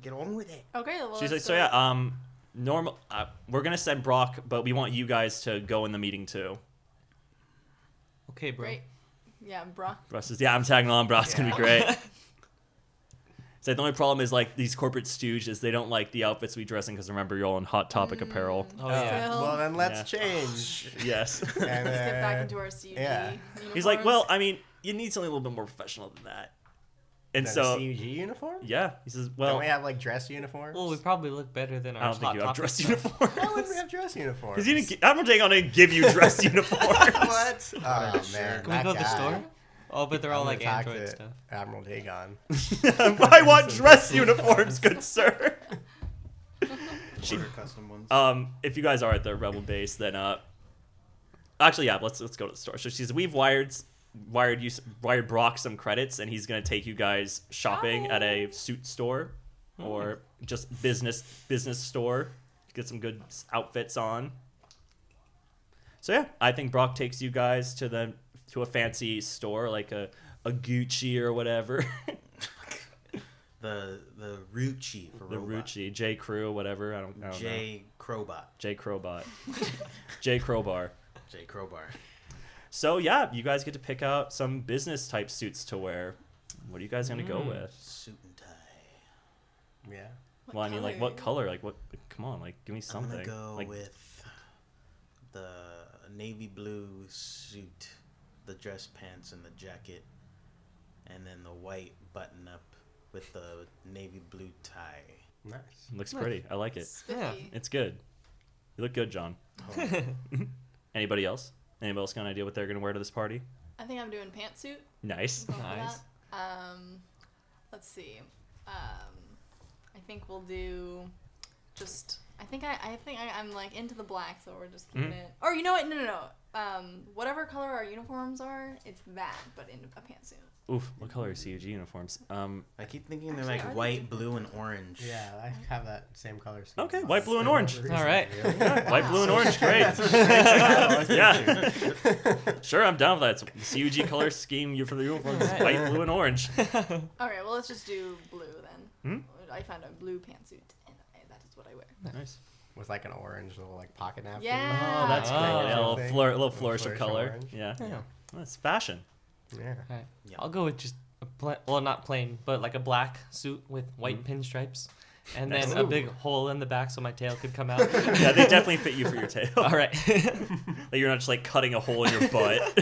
Speaker 4: Get on with it.
Speaker 5: Okay, well.
Speaker 1: She's like,
Speaker 5: let's
Speaker 1: so
Speaker 5: go.
Speaker 1: yeah, um, normal. Uh, we're gonna send Brock, but we want you guys to go in the meeting too.
Speaker 3: Okay, bro.
Speaker 5: Great. Yeah, bruh.
Speaker 1: Brock says, "Yeah, I'm tagging along, Brock. It's gonna be
Speaker 3: Yeah.
Speaker 1: great." So the only problem is like these corporate stooges. They don't like the outfits we dress in because remember you're all in hot topic apparel.
Speaker 3: oh yeah.
Speaker 5: Phil,
Speaker 2: Well, then let's
Speaker 1: Yeah. Oh,
Speaker 2: change.
Speaker 1: Yes.
Speaker 2: And
Speaker 5: let's get
Speaker 2: then-
Speaker 5: back into our CUP.
Speaker 2: yeah.
Speaker 1: He's like, well, I mean, you need something a little bit more professional than that. And
Speaker 2: then
Speaker 1: so,
Speaker 2: a CUG uniform?
Speaker 1: yeah, he says,
Speaker 2: Don't
Speaker 1: well,
Speaker 2: we have like dress uniforms?
Speaker 3: Well, we probably look better than our
Speaker 1: I don't think
Speaker 3: Hot
Speaker 1: you have
Speaker 3: Topic
Speaker 1: dress
Speaker 3: stuff.
Speaker 1: uniforms.
Speaker 2: Why would we have dress uniforms?
Speaker 1: Because you didn't. gi- I'm not gonna give you dress uniforms.
Speaker 2: What? Oh man.
Speaker 3: Can we
Speaker 2: that
Speaker 3: go to
Speaker 2: guy.
Speaker 3: the store? Oh, but they're all
Speaker 2: I'm
Speaker 3: like
Speaker 2: gonna talk
Speaker 3: Android
Speaker 2: to
Speaker 3: stuff.
Speaker 2: Admiral Dagon.
Speaker 1: I want dress uniforms, good sir.
Speaker 4: Order custom ones.
Speaker 1: Um, if you guys are at the rebel base, then uh, actually, yeah, let's let's go to the store. So she says we've wired wired you s- wired Brock some credits, and he's gonna take you guys shopping at a suit store or just business business store. Get some good s- outfits on. So yeah, I think Brock takes you guys to the to a fancy store like a a Gucci or whatever,
Speaker 4: the the Ruchi for
Speaker 1: the Oh,
Speaker 4: robot.
Speaker 1: Rucci, J Crew, whatever. I don't, I don't know.
Speaker 4: J Crowbot.
Speaker 1: J Crowbot, J Crowbar.
Speaker 4: J Crowbar.
Speaker 1: So yeah, you guys get to pick out some business type suits to wear. What are you guys gonna go with?
Speaker 4: Suit and tie.
Speaker 2: Yeah.
Speaker 1: well, I mean, like what color? Like what? Come on, like give me something.
Speaker 4: I'm gonna go
Speaker 1: like,
Speaker 4: with the navy blue suit, the dress pants and the jacket, and then the white button up with the navy blue tie.
Speaker 2: Nice.
Speaker 1: Looks pretty. I like it.
Speaker 5: Spiffy.
Speaker 1: It's good. You look good, John. Oh. Anybody else? Anybody else got an idea what they're gonna wear to this party?
Speaker 5: I think I'm doing pantsuit.
Speaker 1: Nice.
Speaker 5: Go for
Speaker 3: Nice.
Speaker 5: that. Um, let's see. Um, I think we'll do just. I think I, I think I, I'm like into the black, so we're just
Speaker 2: Mm-hmm.
Speaker 5: keeping
Speaker 1: Mhm.
Speaker 5: it. Or you know what? No, no, no. Um, whatever color our uniforms are, it's that, but in a pantsuit.
Speaker 1: Oof. What color are CUG uniforms? Um.
Speaker 4: I keep thinking they're
Speaker 5: Actually, are
Speaker 4: like
Speaker 5: they
Speaker 4: white,
Speaker 5: different?
Speaker 4: blue, and orange.
Speaker 2: Yeah, I have that same color scheme.
Speaker 1: Okay, white, blue, and orange.
Speaker 3: All right.
Speaker 1: White, blue, and orange. Great. Oh, yeah. Sure, I'm down with that. It's the CUG color scheme you- for the uniforms.
Speaker 3: Alright.
Speaker 1: White, blue, and orange.
Speaker 5: All right, well let's just do blue then.
Speaker 1: Hmm?
Speaker 5: I found a blue pantsuit, and I, that is what I wear.
Speaker 1: Nice.
Speaker 2: With like an orange little like pocket napkin.
Speaker 5: Yeah.
Speaker 1: Oh, that's
Speaker 3: Oh.
Speaker 1: great. Yeah, a little,
Speaker 2: Something.
Speaker 1: flour- a little
Speaker 2: Little
Speaker 1: flourish of
Speaker 2: flourish of
Speaker 1: color.
Speaker 2: orange.
Speaker 1: Yeah.
Speaker 3: Yeah.
Speaker 1: That's fashion.
Speaker 2: Yeah.
Speaker 3: All right.
Speaker 4: Yeah.
Speaker 3: I'll go with just a pla- well, not plain, but like a black suit with white pinstripes, and
Speaker 1: Mm-hmm. Nice.
Speaker 3: then a
Speaker 1: Ooh.
Speaker 3: big hole in the back so my tail could come out.
Speaker 1: Yeah, they definitely fit you for your tail.
Speaker 3: All right.
Speaker 1: Like you're not just like cutting a hole in your butt.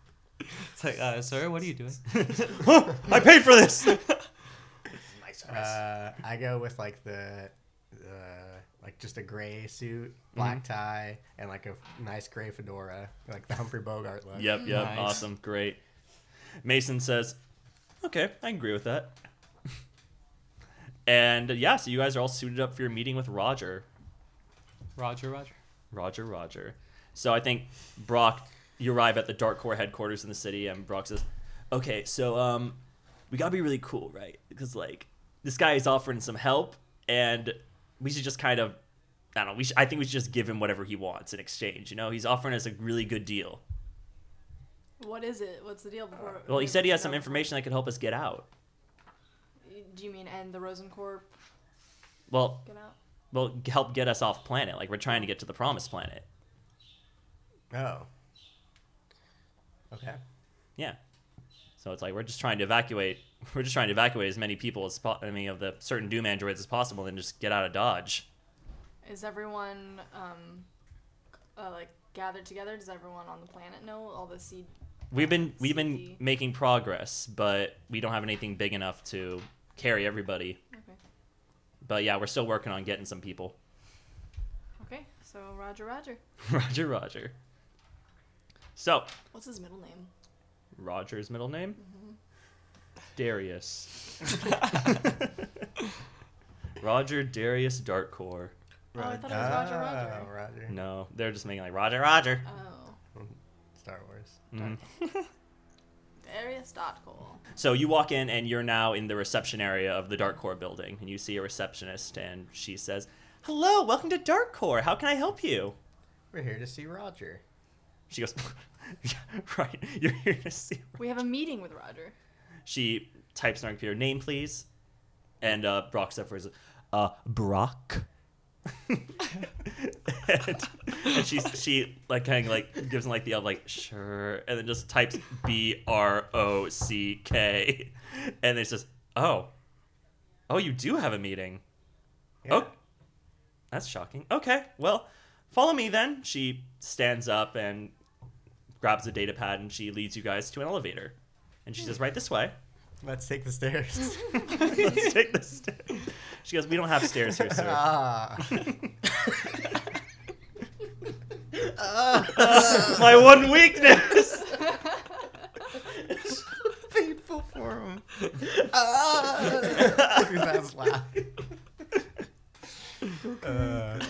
Speaker 3: it's like, uh, sir, what are you doing?
Speaker 1: I paid for this.
Speaker 4: Nice dress.
Speaker 2: Uh, I go with like the, uh, like just a gray suit,
Speaker 1: Mm-hmm.
Speaker 2: black tie, and like a nice gray fedora, like the Humphrey Bogart look.
Speaker 1: Yep, yep.
Speaker 3: Nice.
Speaker 1: Awesome. Great. Mason says, "Okay, I can agree with that." And uh, yeah, so you guys are all suited up for your meeting with Roger.
Speaker 3: Roger, Roger.
Speaker 1: Roger, Roger. So I think Brock, you arrive at the Dark Core headquarters in the city, and Brock says, "Okay, so um, we gotta be really cool, right? Because like this guy is offering some help, and we should just kind of, I don't know. We should, I think we should just give him whatever he wants in exchange. You know, he's offering us a really good deal.
Speaker 5: What is it? What's the deal? Before,
Speaker 1: Well, he said he has some
Speaker 5: no,
Speaker 1: information that could help us get out.
Speaker 5: Do you mean end the Rosencorp?
Speaker 1: Well,
Speaker 5: Get out.
Speaker 1: well, help get us off planet. Like we're trying to get to the promised planet.
Speaker 2: Oh. Okay.
Speaker 1: Yeah. So it's like we're just trying to evacuate. We're just trying to evacuate as many people as po- I mean, of the certain Doom androids as possible, and just get out of Dodge.
Speaker 5: Is everyone um, uh, like gathered together? Does everyone on the planet know all the seed?
Speaker 1: We've been we've been
Speaker 5: CD.
Speaker 1: making progress, but we don't have anything big enough to carry everybody.
Speaker 5: Okay.
Speaker 1: But yeah, we're still working on getting some people.
Speaker 5: Okay. So Roger, Roger.
Speaker 1: Roger, Roger. So
Speaker 5: What's his middle name?
Speaker 1: Roger's middle name,
Speaker 5: Mm-hmm.
Speaker 1: Darius. Roger Darius Darkcore.
Speaker 5: Oh, I thought it was Roger, Roger.
Speaker 2: Oh, Roger.
Speaker 1: No, they're just making like Roger, Roger.
Speaker 5: Oh,
Speaker 2: Star Wars.
Speaker 1: Mhm.
Speaker 5: Darius Dotcole.
Speaker 1: So you walk in and you're now in the reception area of the Dark Core building, and you see a receptionist, and she says, "Hello, welcome to Dark Core. How can I help you?"
Speaker 2: We're here to see Roger.
Speaker 1: She goes, "Yeah, "Right, you're here to see."
Speaker 5: We have a meeting with Roger.
Speaker 1: She types in her computer, "Name, please," and uh, Brock steps forward. and says, Uh, Brock and, and she she like kind of like gives him like the like sure, and then just types B R O C K, and it's just oh, oh you do have a meeting.
Speaker 2: Yeah.
Speaker 1: Oh, that's shocking. Okay, well, follow me then. She stands up and grabs a data pad and she leads you guys to an elevator, and she says right this way.
Speaker 2: Let's take the stairs.
Speaker 1: Let's take the stairs. She goes, we don't have stairs here, sir.
Speaker 2: ah. Uh,
Speaker 1: My one weakness.
Speaker 4: Painful for him.
Speaker 2: Ah. That's loud. Uh,
Speaker 1: Uh.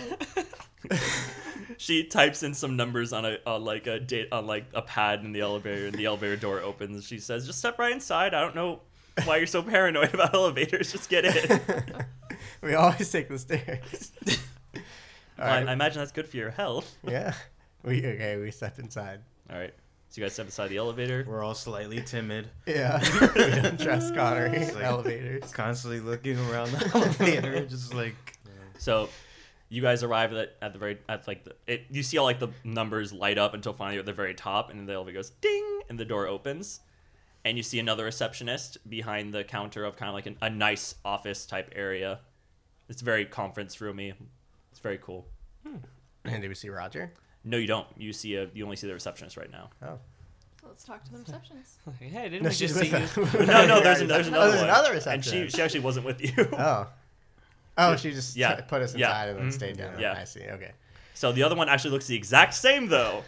Speaker 1: she types in some numbers on a on like a date on like a pad in the elevator and the elevator door opens she says just step right inside i don't know why you're so paranoid about elevators just get in
Speaker 2: we always take the stairs. All
Speaker 1: I,
Speaker 2: right.
Speaker 1: I imagine that's good for your health
Speaker 2: yeah. We okay. We step inside.
Speaker 1: all right so you guys step inside the elevator
Speaker 4: We're all slightly timid,
Speaker 2: Yeah. we don't trust Connery.
Speaker 4: It's like-
Speaker 2: Elevators.
Speaker 4: constantly looking around the elevator, just like
Speaker 1: so you guys arrive at, at the very at like the, it, you see all like the numbers light up until finally you're at the very top and then the elevator goes ding and the door opens and you see another receptionist behind the counter of kind of like an, a nice office type area it's very conference roomy it's very cool
Speaker 2: And do we see Roger?
Speaker 1: no you don't you see a you only see the receptionist right now
Speaker 2: Oh.
Speaker 5: Let's talk to the receptionist.
Speaker 3: Like, hey, didn't we just see
Speaker 2: with
Speaker 3: you?
Speaker 2: us.
Speaker 1: no no there's, an, there's
Speaker 2: Oh,
Speaker 1: another
Speaker 2: there's
Speaker 1: one.
Speaker 2: another
Speaker 1: and she
Speaker 2: receptionist.
Speaker 1: she actually wasn't with you
Speaker 2: Oh. Oh, she just
Speaker 1: Yeah.
Speaker 2: t- put us
Speaker 1: Yeah.
Speaker 2: inside and then
Speaker 1: Mhm.
Speaker 2: stayed down.
Speaker 1: Yeah.
Speaker 2: I see. Okay.
Speaker 1: so the other one actually looks the exact same though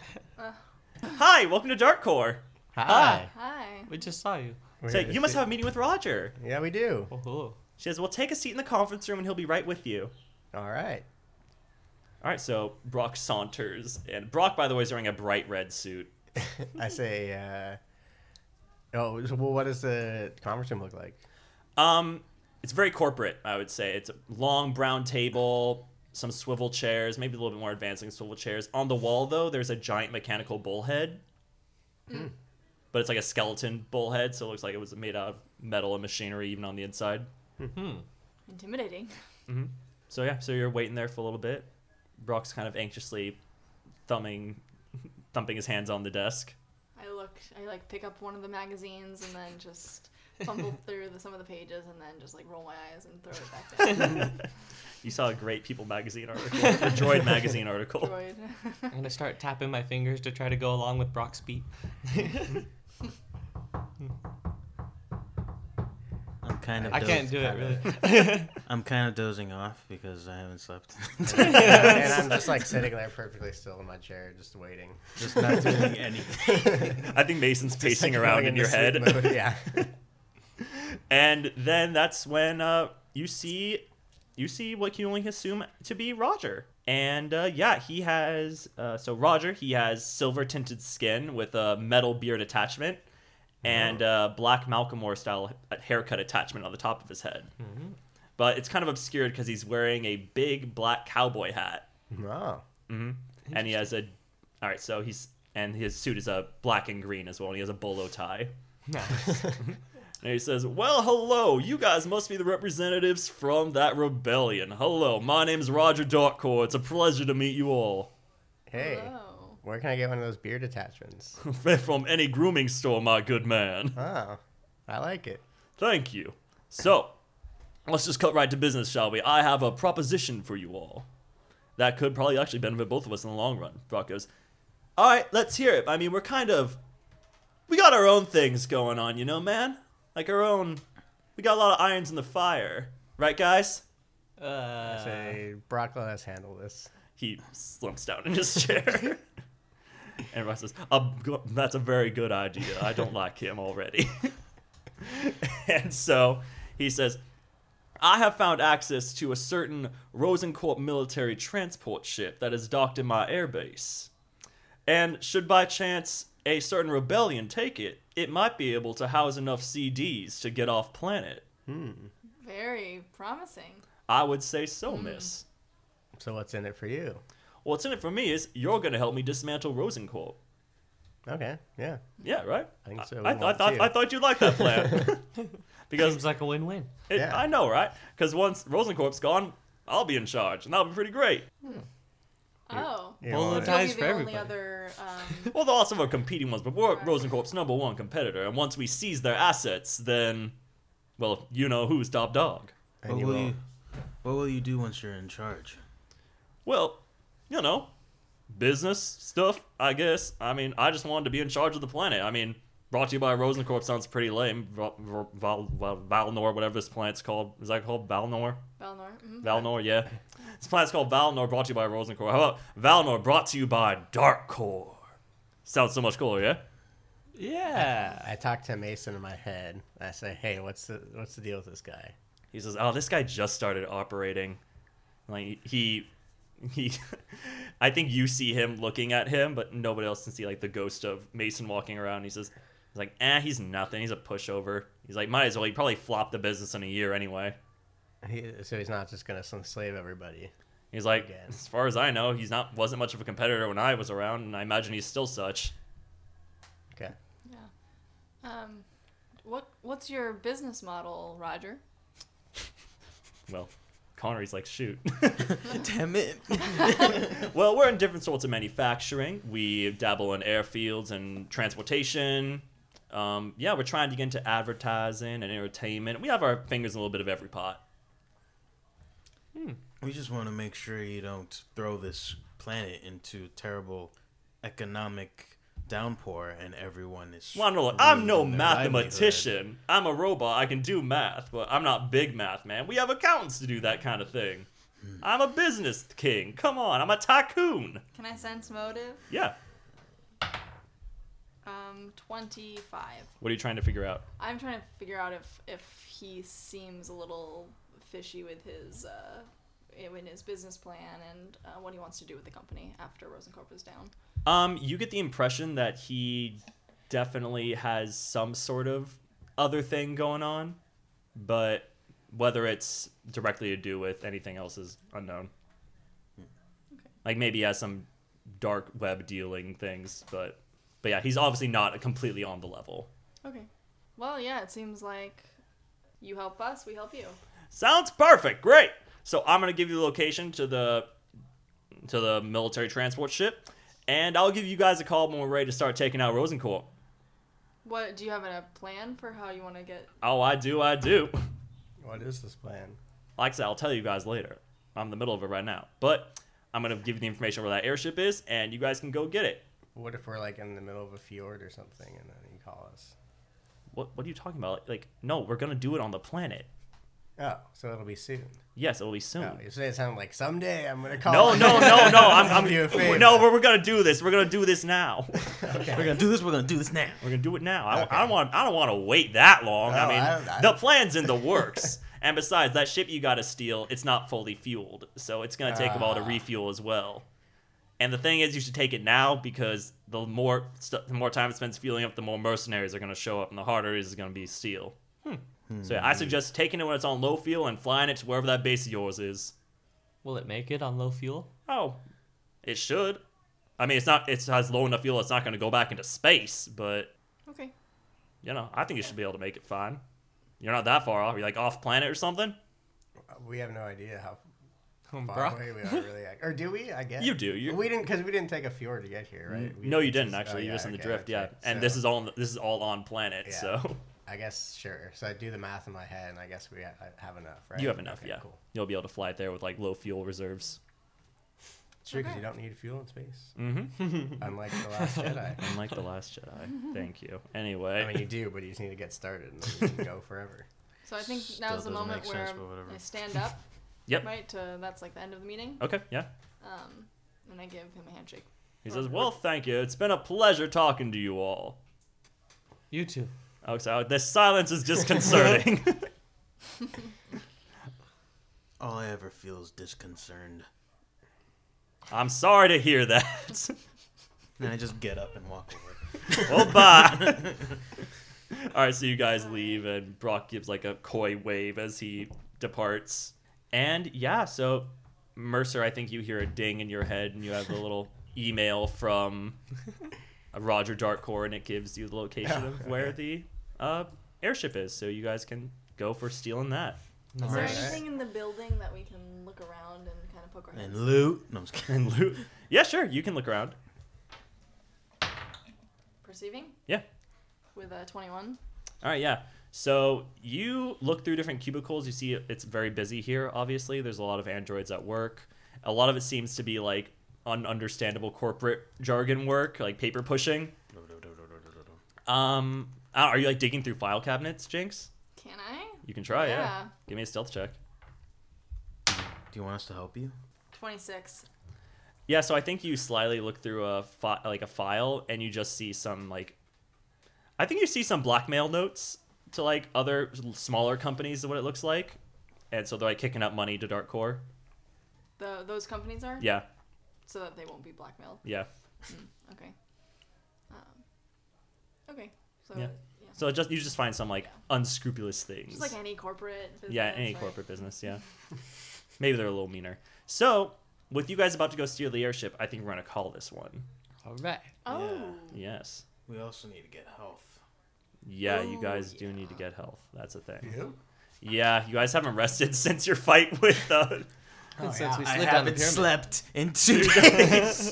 Speaker 1: hi welcome to dark core
Speaker 2: Hi.
Speaker 5: Hi.
Speaker 3: We just saw you.
Speaker 2: We're
Speaker 1: so
Speaker 2: here to
Speaker 1: you must
Speaker 2: see-
Speaker 1: have a meeting with roger
Speaker 2: Yeah, we do.
Speaker 3: Oh, cool.
Speaker 1: She says, "Well, take a seat in the conference room, and he'll be right with you."
Speaker 2: All right.
Speaker 1: All right, so Brock saunters, and Brock, by the way, is wearing a bright red suit.
Speaker 2: I say, uh, oh, so, well, what does the conference room look like?
Speaker 1: Um, it's very corporate, I would say. It's a long brown table, some swivel chairs, maybe a little bit more advanced than swivel chairs. On the wall, though, there's a giant mechanical bullhead, but it's like a skeleton bullhead, so it looks like it was made out of metal and machinery, even on the inside.
Speaker 5: Intimidating.
Speaker 1: So yeah, so you're waiting there for a little bit. Brock's kind of anxiously thumbing, thumping his hands on the desk.
Speaker 5: I look. I like pick up one of the magazines and then just fumble through the, some of the pages and then just like roll my eyes and throw it back down.
Speaker 1: You saw a great People magazine article, a Droid magazine article.
Speaker 5: Droid.
Speaker 3: I'm gonna start tapping my fingers to try to go along with Brock's beat.
Speaker 4: I'm kind of.
Speaker 3: I can't do it
Speaker 2: kinda-
Speaker 3: really.
Speaker 4: I'm kind of dozing off because I haven't slept.
Speaker 2: and I'm just like sitting there perfectly still in my chair, just waiting.
Speaker 4: just not doing anything.
Speaker 1: I think Mason's
Speaker 2: Just,
Speaker 1: pacing
Speaker 2: like,
Speaker 1: around
Speaker 2: going
Speaker 1: in your
Speaker 2: into
Speaker 1: head.
Speaker 2: sleep mode, Yeah.
Speaker 1: And then that's when uh, you see you see what you only assume to be Roger. And uh, yeah, he has uh, so Roger he has silver tinted skin with a metal beard attachment and uh, black Malcolmore style haircut attachment on the top of his head.
Speaker 2: Mm-hmm.
Speaker 1: But it's kind of obscured because he's wearing a big black cowboy hat.
Speaker 2: No.
Speaker 1: and he has a all right so he's and his suit is a black and green as well and he has a bolo tie
Speaker 3: Nice.
Speaker 1: and he says well hello you guys must be the representatives from that rebellion hello my name's roger darkcore it's a pleasure to meet you all
Speaker 2: Hey,
Speaker 5: Hello.
Speaker 2: where can I get one of those beard attachments?
Speaker 1: from any grooming store my good man
Speaker 2: Oh, I like it.
Speaker 1: thank you so let's just cut right to business shall we i have a proposition for you all that could probably actually benefit both of us in the long run brock goes all right let's hear it i mean we're kind of we got our own things going on, you know, man. Like our own. We got a lot of irons in the fire, right, guys?
Speaker 3: Uh,
Speaker 2: Say, Brock, let us handle this.
Speaker 1: He slumps down in his chair. and Ross says, "Um, go- "That's a very good idea. I don't like him already." and so he says, "I have found access to a certain Rosencorp military transport ship that is docked in my airbase, and should by chance a certain rebellion take it, it might be able to house enough CDs to get off planet."
Speaker 5: Very promising.
Speaker 1: I would say so, miss.
Speaker 2: So, what's in it for you?
Speaker 1: What's in it for me is you're going to help me dismantle Rosencorp.
Speaker 2: Okay, yeah.
Speaker 1: Yeah, right.
Speaker 2: I think so.
Speaker 1: I,
Speaker 2: We
Speaker 1: I
Speaker 2: want
Speaker 1: thought
Speaker 2: to.
Speaker 1: I thought you liked that plan because
Speaker 3: seems like a win-win.
Speaker 1: it,
Speaker 2: Yeah.
Speaker 1: I know, right? Because once Rosencorp's gone, I'll be in charge, and that'll be pretty great.
Speaker 5: Oh.
Speaker 2: You
Speaker 3: Polo
Speaker 2: want it.
Speaker 5: You'll be
Speaker 3: ties
Speaker 5: the
Speaker 3: for
Speaker 5: only
Speaker 3: everybody.
Speaker 5: other. Um,
Speaker 1: Well, there are some of competing ones, but we're Rosencorp's number one competitor, and once we seize their assets, then, well, you know who's top dog.
Speaker 4: What
Speaker 2: And you
Speaker 4: will
Speaker 2: will.
Speaker 4: you, what will you do once you're in charge?
Speaker 1: Well, you know, business stuff, I guess. I mean, I just wanted to be in charge of the planet. I mean, brought to you by Rosencorp sounds pretty lame. Val, Val, Val, Valnor, whatever this planet's called. Is that called Valnor?
Speaker 5: Balnor. mhm.
Speaker 1: Valnor, yeah. This planet's called Valnor, brought to you by Rosencorp. How about Valnor, brought to you by Dark Core? Sounds so much cooler, yeah?
Speaker 3: Yeah.
Speaker 2: I talk to Mason in my head. I say, "Hey, what's the what's the deal with this guy?"
Speaker 1: he says, "Oh, this guy just started operating." Like he, he, I think you see him looking at him, but nobody else can see like the ghost of Mason walking around. He says, "He's like, eh, he's nothing. He's a pushover. He's like, might as well. He probably flopped the business in a year anyway."
Speaker 2: He, so he's not just gonna enslave everybody.
Speaker 1: He's like,
Speaker 2: Again.
Speaker 1: as far as I know, he's not wasn't much of a competitor when I was around, and I imagine he's still such.
Speaker 2: Okay.
Speaker 5: Um, what What's your business model, Roger?
Speaker 1: Well, Connery's like, shoot.
Speaker 4: Damn it!
Speaker 1: Well, we're in different sorts of manufacturing. We dabble in airfields and transportation. Um, yeah, we're trying to get into advertising and entertainment. We have our fingers in a little bit of every pot.
Speaker 4: We just want to make sure you don't throw this planet into terrible economic downpour and everyone is.
Speaker 1: Well, I'm, no, I'm no
Speaker 4: ruining their livelihood.
Speaker 1: mathematician. I'm a robot. I can do math, but I'm not big math, man. We have accountants to do that kind of thing. I'm a business king. Come on, I'm a tycoon.
Speaker 5: Can I sense motive?
Speaker 1: Yeah.
Speaker 5: Um, 25.
Speaker 1: What are you trying to figure out?
Speaker 5: I'm trying to figure out if if he seems a little fishy with his uh, in his business plan and uh, what he wants to do with the company after Rosenkorp is down.
Speaker 1: Um, you get the impression that he definitely has some sort of other thing going on, but whether it's directly to do with anything else is unknown. Like maybe he has some dark web dealing things, but but yeah, he's obviously not completely on the level.
Speaker 5: Okay. Well, yeah, it seems like you help us, we help you.
Speaker 1: Sounds perfect. Great. So I'm gonna give you the location to the to the military transport ship, and I'll give you guys a call when we're ready to start taking out Rosencorp.
Speaker 5: What do you have a plan for how you want to get?
Speaker 1: Oh, I do, I do.
Speaker 2: What is this plan?
Speaker 1: like I said, I'll tell you guys later. I'm in the middle of it right now. But I'm going to give you the information where that airship is, and you guys can go get it.
Speaker 2: What if we're like in the middle of a fjord or something, and then you call us?
Speaker 1: What, what are you talking about? Like, no, we're going to do it on the planet.
Speaker 2: Oh, so it'll be soon.
Speaker 1: Yes, it'll be soon.
Speaker 2: Oh, you say it sounded like someday I'm gonna call.
Speaker 1: No, no, no, no. I'm, I'm,
Speaker 2: Do you a favor.
Speaker 1: no, but we're going to do this. We're going to do this now.
Speaker 4: We're gonna do this. We're gonna do this now.
Speaker 1: We're going to do it now. I,
Speaker 2: Okay.
Speaker 1: I don't want I don't want to wait that long. I
Speaker 2: No,
Speaker 1: mean,
Speaker 2: I don't- I-
Speaker 1: the plan's in the works. and besides, that ship you got to steal, it's not fully fueled. So it's going to take a while to
Speaker 2: Ah.
Speaker 1: refuel as well. And the thing is, you should take it now because the more st- the more time it spends fueling up, the more mercenaries are going to show up, and the harder it is going to be steel. Hmm. So
Speaker 2: Hmm.
Speaker 1: yeah, I suggest taking it when it's on low fuel and flying it to wherever that base of yours is.
Speaker 3: Will it make it on low fuel?
Speaker 1: Oh, it should. I mean, it's not. It has low enough fuel. It's not going to go back into space, but
Speaker 5: Okay.
Speaker 1: you know, I think you should be able to make it fine. You're not that far off. You're like off planet or something.
Speaker 2: We have no idea how far
Speaker 3: Brock.
Speaker 2: away we are really. At. Or do we? I guess
Speaker 1: Oh, You do. You
Speaker 2: we didn't because we didn't take a fjord to get here, right? We-
Speaker 1: no, you
Speaker 2: it's
Speaker 1: didn't
Speaker 2: just-
Speaker 1: actually. You're
Speaker 2: oh, yeah,
Speaker 1: just in the
Speaker 2: okay,
Speaker 1: drift, yeah.
Speaker 2: okay.
Speaker 1: And
Speaker 2: So,
Speaker 1: this is all this is all on planet,
Speaker 2: Yeah.
Speaker 1: so
Speaker 2: I guess sure. So I do the math in my head, and I guess we ha- I have enough, right?
Speaker 1: you have enough.
Speaker 2: Okay,
Speaker 1: yeah,
Speaker 2: Cool.
Speaker 1: you'll be able to fly it there with like low fuel reserves.
Speaker 2: Sure, because
Speaker 5: Okay.
Speaker 2: you don't need fuel in space,
Speaker 1: Mm-hmm.
Speaker 2: unlike the Last Jedi.
Speaker 1: Unlike the Last Jedi. Thank you. Anyway,
Speaker 2: Mm-hmm. I mean, you do, but you just need to get started and then you can go forever.
Speaker 5: So I think
Speaker 4: Still
Speaker 5: now's the
Speaker 4: doesn't
Speaker 5: moment
Speaker 4: make
Speaker 5: where
Speaker 4: sense, but whatever.
Speaker 5: I stand up.
Speaker 1: Yep.
Speaker 5: Right. To, that's like the end of the meeting.
Speaker 1: okay, yeah.
Speaker 5: Um, and I give him a handshake.
Speaker 1: He says, "Well, thank you. It's been a pleasure talking to you all."
Speaker 3: You two.
Speaker 1: Oh, so this silence is disconcerting.
Speaker 4: All I ever feel is disconcerted.
Speaker 1: I'm sorry to hear that.
Speaker 4: And I just get up and walk over.
Speaker 1: well, bye. All right, so you guys leave, and Brock gives like a coy wave as he departs. And yeah, so Mercer, I think you hear a ding in your head, and you have the little email from Roger Darkcore, and it gives you the location of where the uh, airship is, so you guys can go for stealing that.
Speaker 3: No.
Speaker 5: Is there
Speaker 2: Nice.
Speaker 5: anything in the building that we can look around and kind of poke our heads?
Speaker 4: And loot. No, I'm just kidding.
Speaker 1: And loot. Yeah, sure. You can look around.
Speaker 5: Perceiving
Speaker 1: Yeah.
Speaker 5: with a 21.
Speaker 1: All right, yeah. So you look through different cubicles. You see it's very busy here, obviously. There's a lot of androids at work. A lot of it seems to be like ununderstandable corporate jargon work, like paper pushing. Um, I don't- are you like digging through file cabinets, Jinx?
Speaker 5: Can I?
Speaker 1: You can try, yeah.
Speaker 5: Yeah.
Speaker 1: Give me a stealth check.
Speaker 4: Do you want us to help you?
Speaker 5: 26.
Speaker 1: Yeah, so I think you slyly look through a fi- like a file and you just see some like I think you see some blackmail notes to like other smaller companies is what it looks like. And so they're like kicking up money to Dark Core.
Speaker 5: The, those companies are?
Speaker 1: Yeah,
Speaker 5: So that they won't be blackmailed.
Speaker 1: yeah.
Speaker 5: Okay. Um, okay. So, yeah.
Speaker 1: Yeah. So it just you just find some like unscrupulous things.
Speaker 5: Just like any corporate business.
Speaker 1: yeah, any
Speaker 5: right?
Speaker 1: corporate business, yeah. Maybe they're a little meaner. So, with you guys about to go steal the airship, I think we're gonna call this one.
Speaker 3: All right.
Speaker 5: Oh.
Speaker 1: Yes.
Speaker 4: We also need to get health.
Speaker 1: Yeah, you
Speaker 5: Ooh,
Speaker 1: guys do need to
Speaker 5: Oh, yeah.
Speaker 1: get health. That's a thing.
Speaker 2: Yep.
Speaker 1: Yeah, you guys haven't rested since your fight with. Uh,
Speaker 2: Oh,
Speaker 3: Since
Speaker 2: yeah.
Speaker 3: we
Speaker 4: I
Speaker 3: slid down the
Speaker 4: haven't
Speaker 3: pyramid.
Speaker 4: slept in two
Speaker 1: this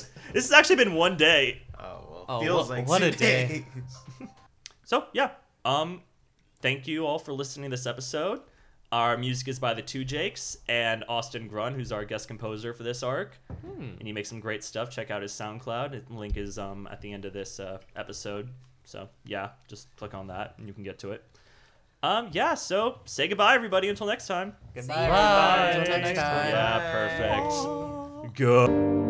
Speaker 4: days.
Speaker 1: has actually been one day.
Speaker 4: oh well,
Speaker 3: Oh,
Speaker 4: feels
Speaker 3: wha-
Speaker 4: like
Speaker 3: what
Speaker 4: two
Speaker 3: a day.
Speaker 4: days.
Speaker 1: So yeah, um, thank you all for listening to this episode. Our music is by the Two Jakes and Austin Grun, who's our guest composer for this arc,
Speaker 3: Hmm.
Speaker 1: and he makes some great stuff. Check out his SoundCloud. The link is um at the end of this uh, episode. So yeah, just click on that and you can get to it. Um, yeah, so say goodbye, everybody. Until next time.
Speaker 2: Goodbye.
Speaker 3: Bye.
Speaker 2: everybody. Until next time.
Speaker 1: Yeah, perfect. Go.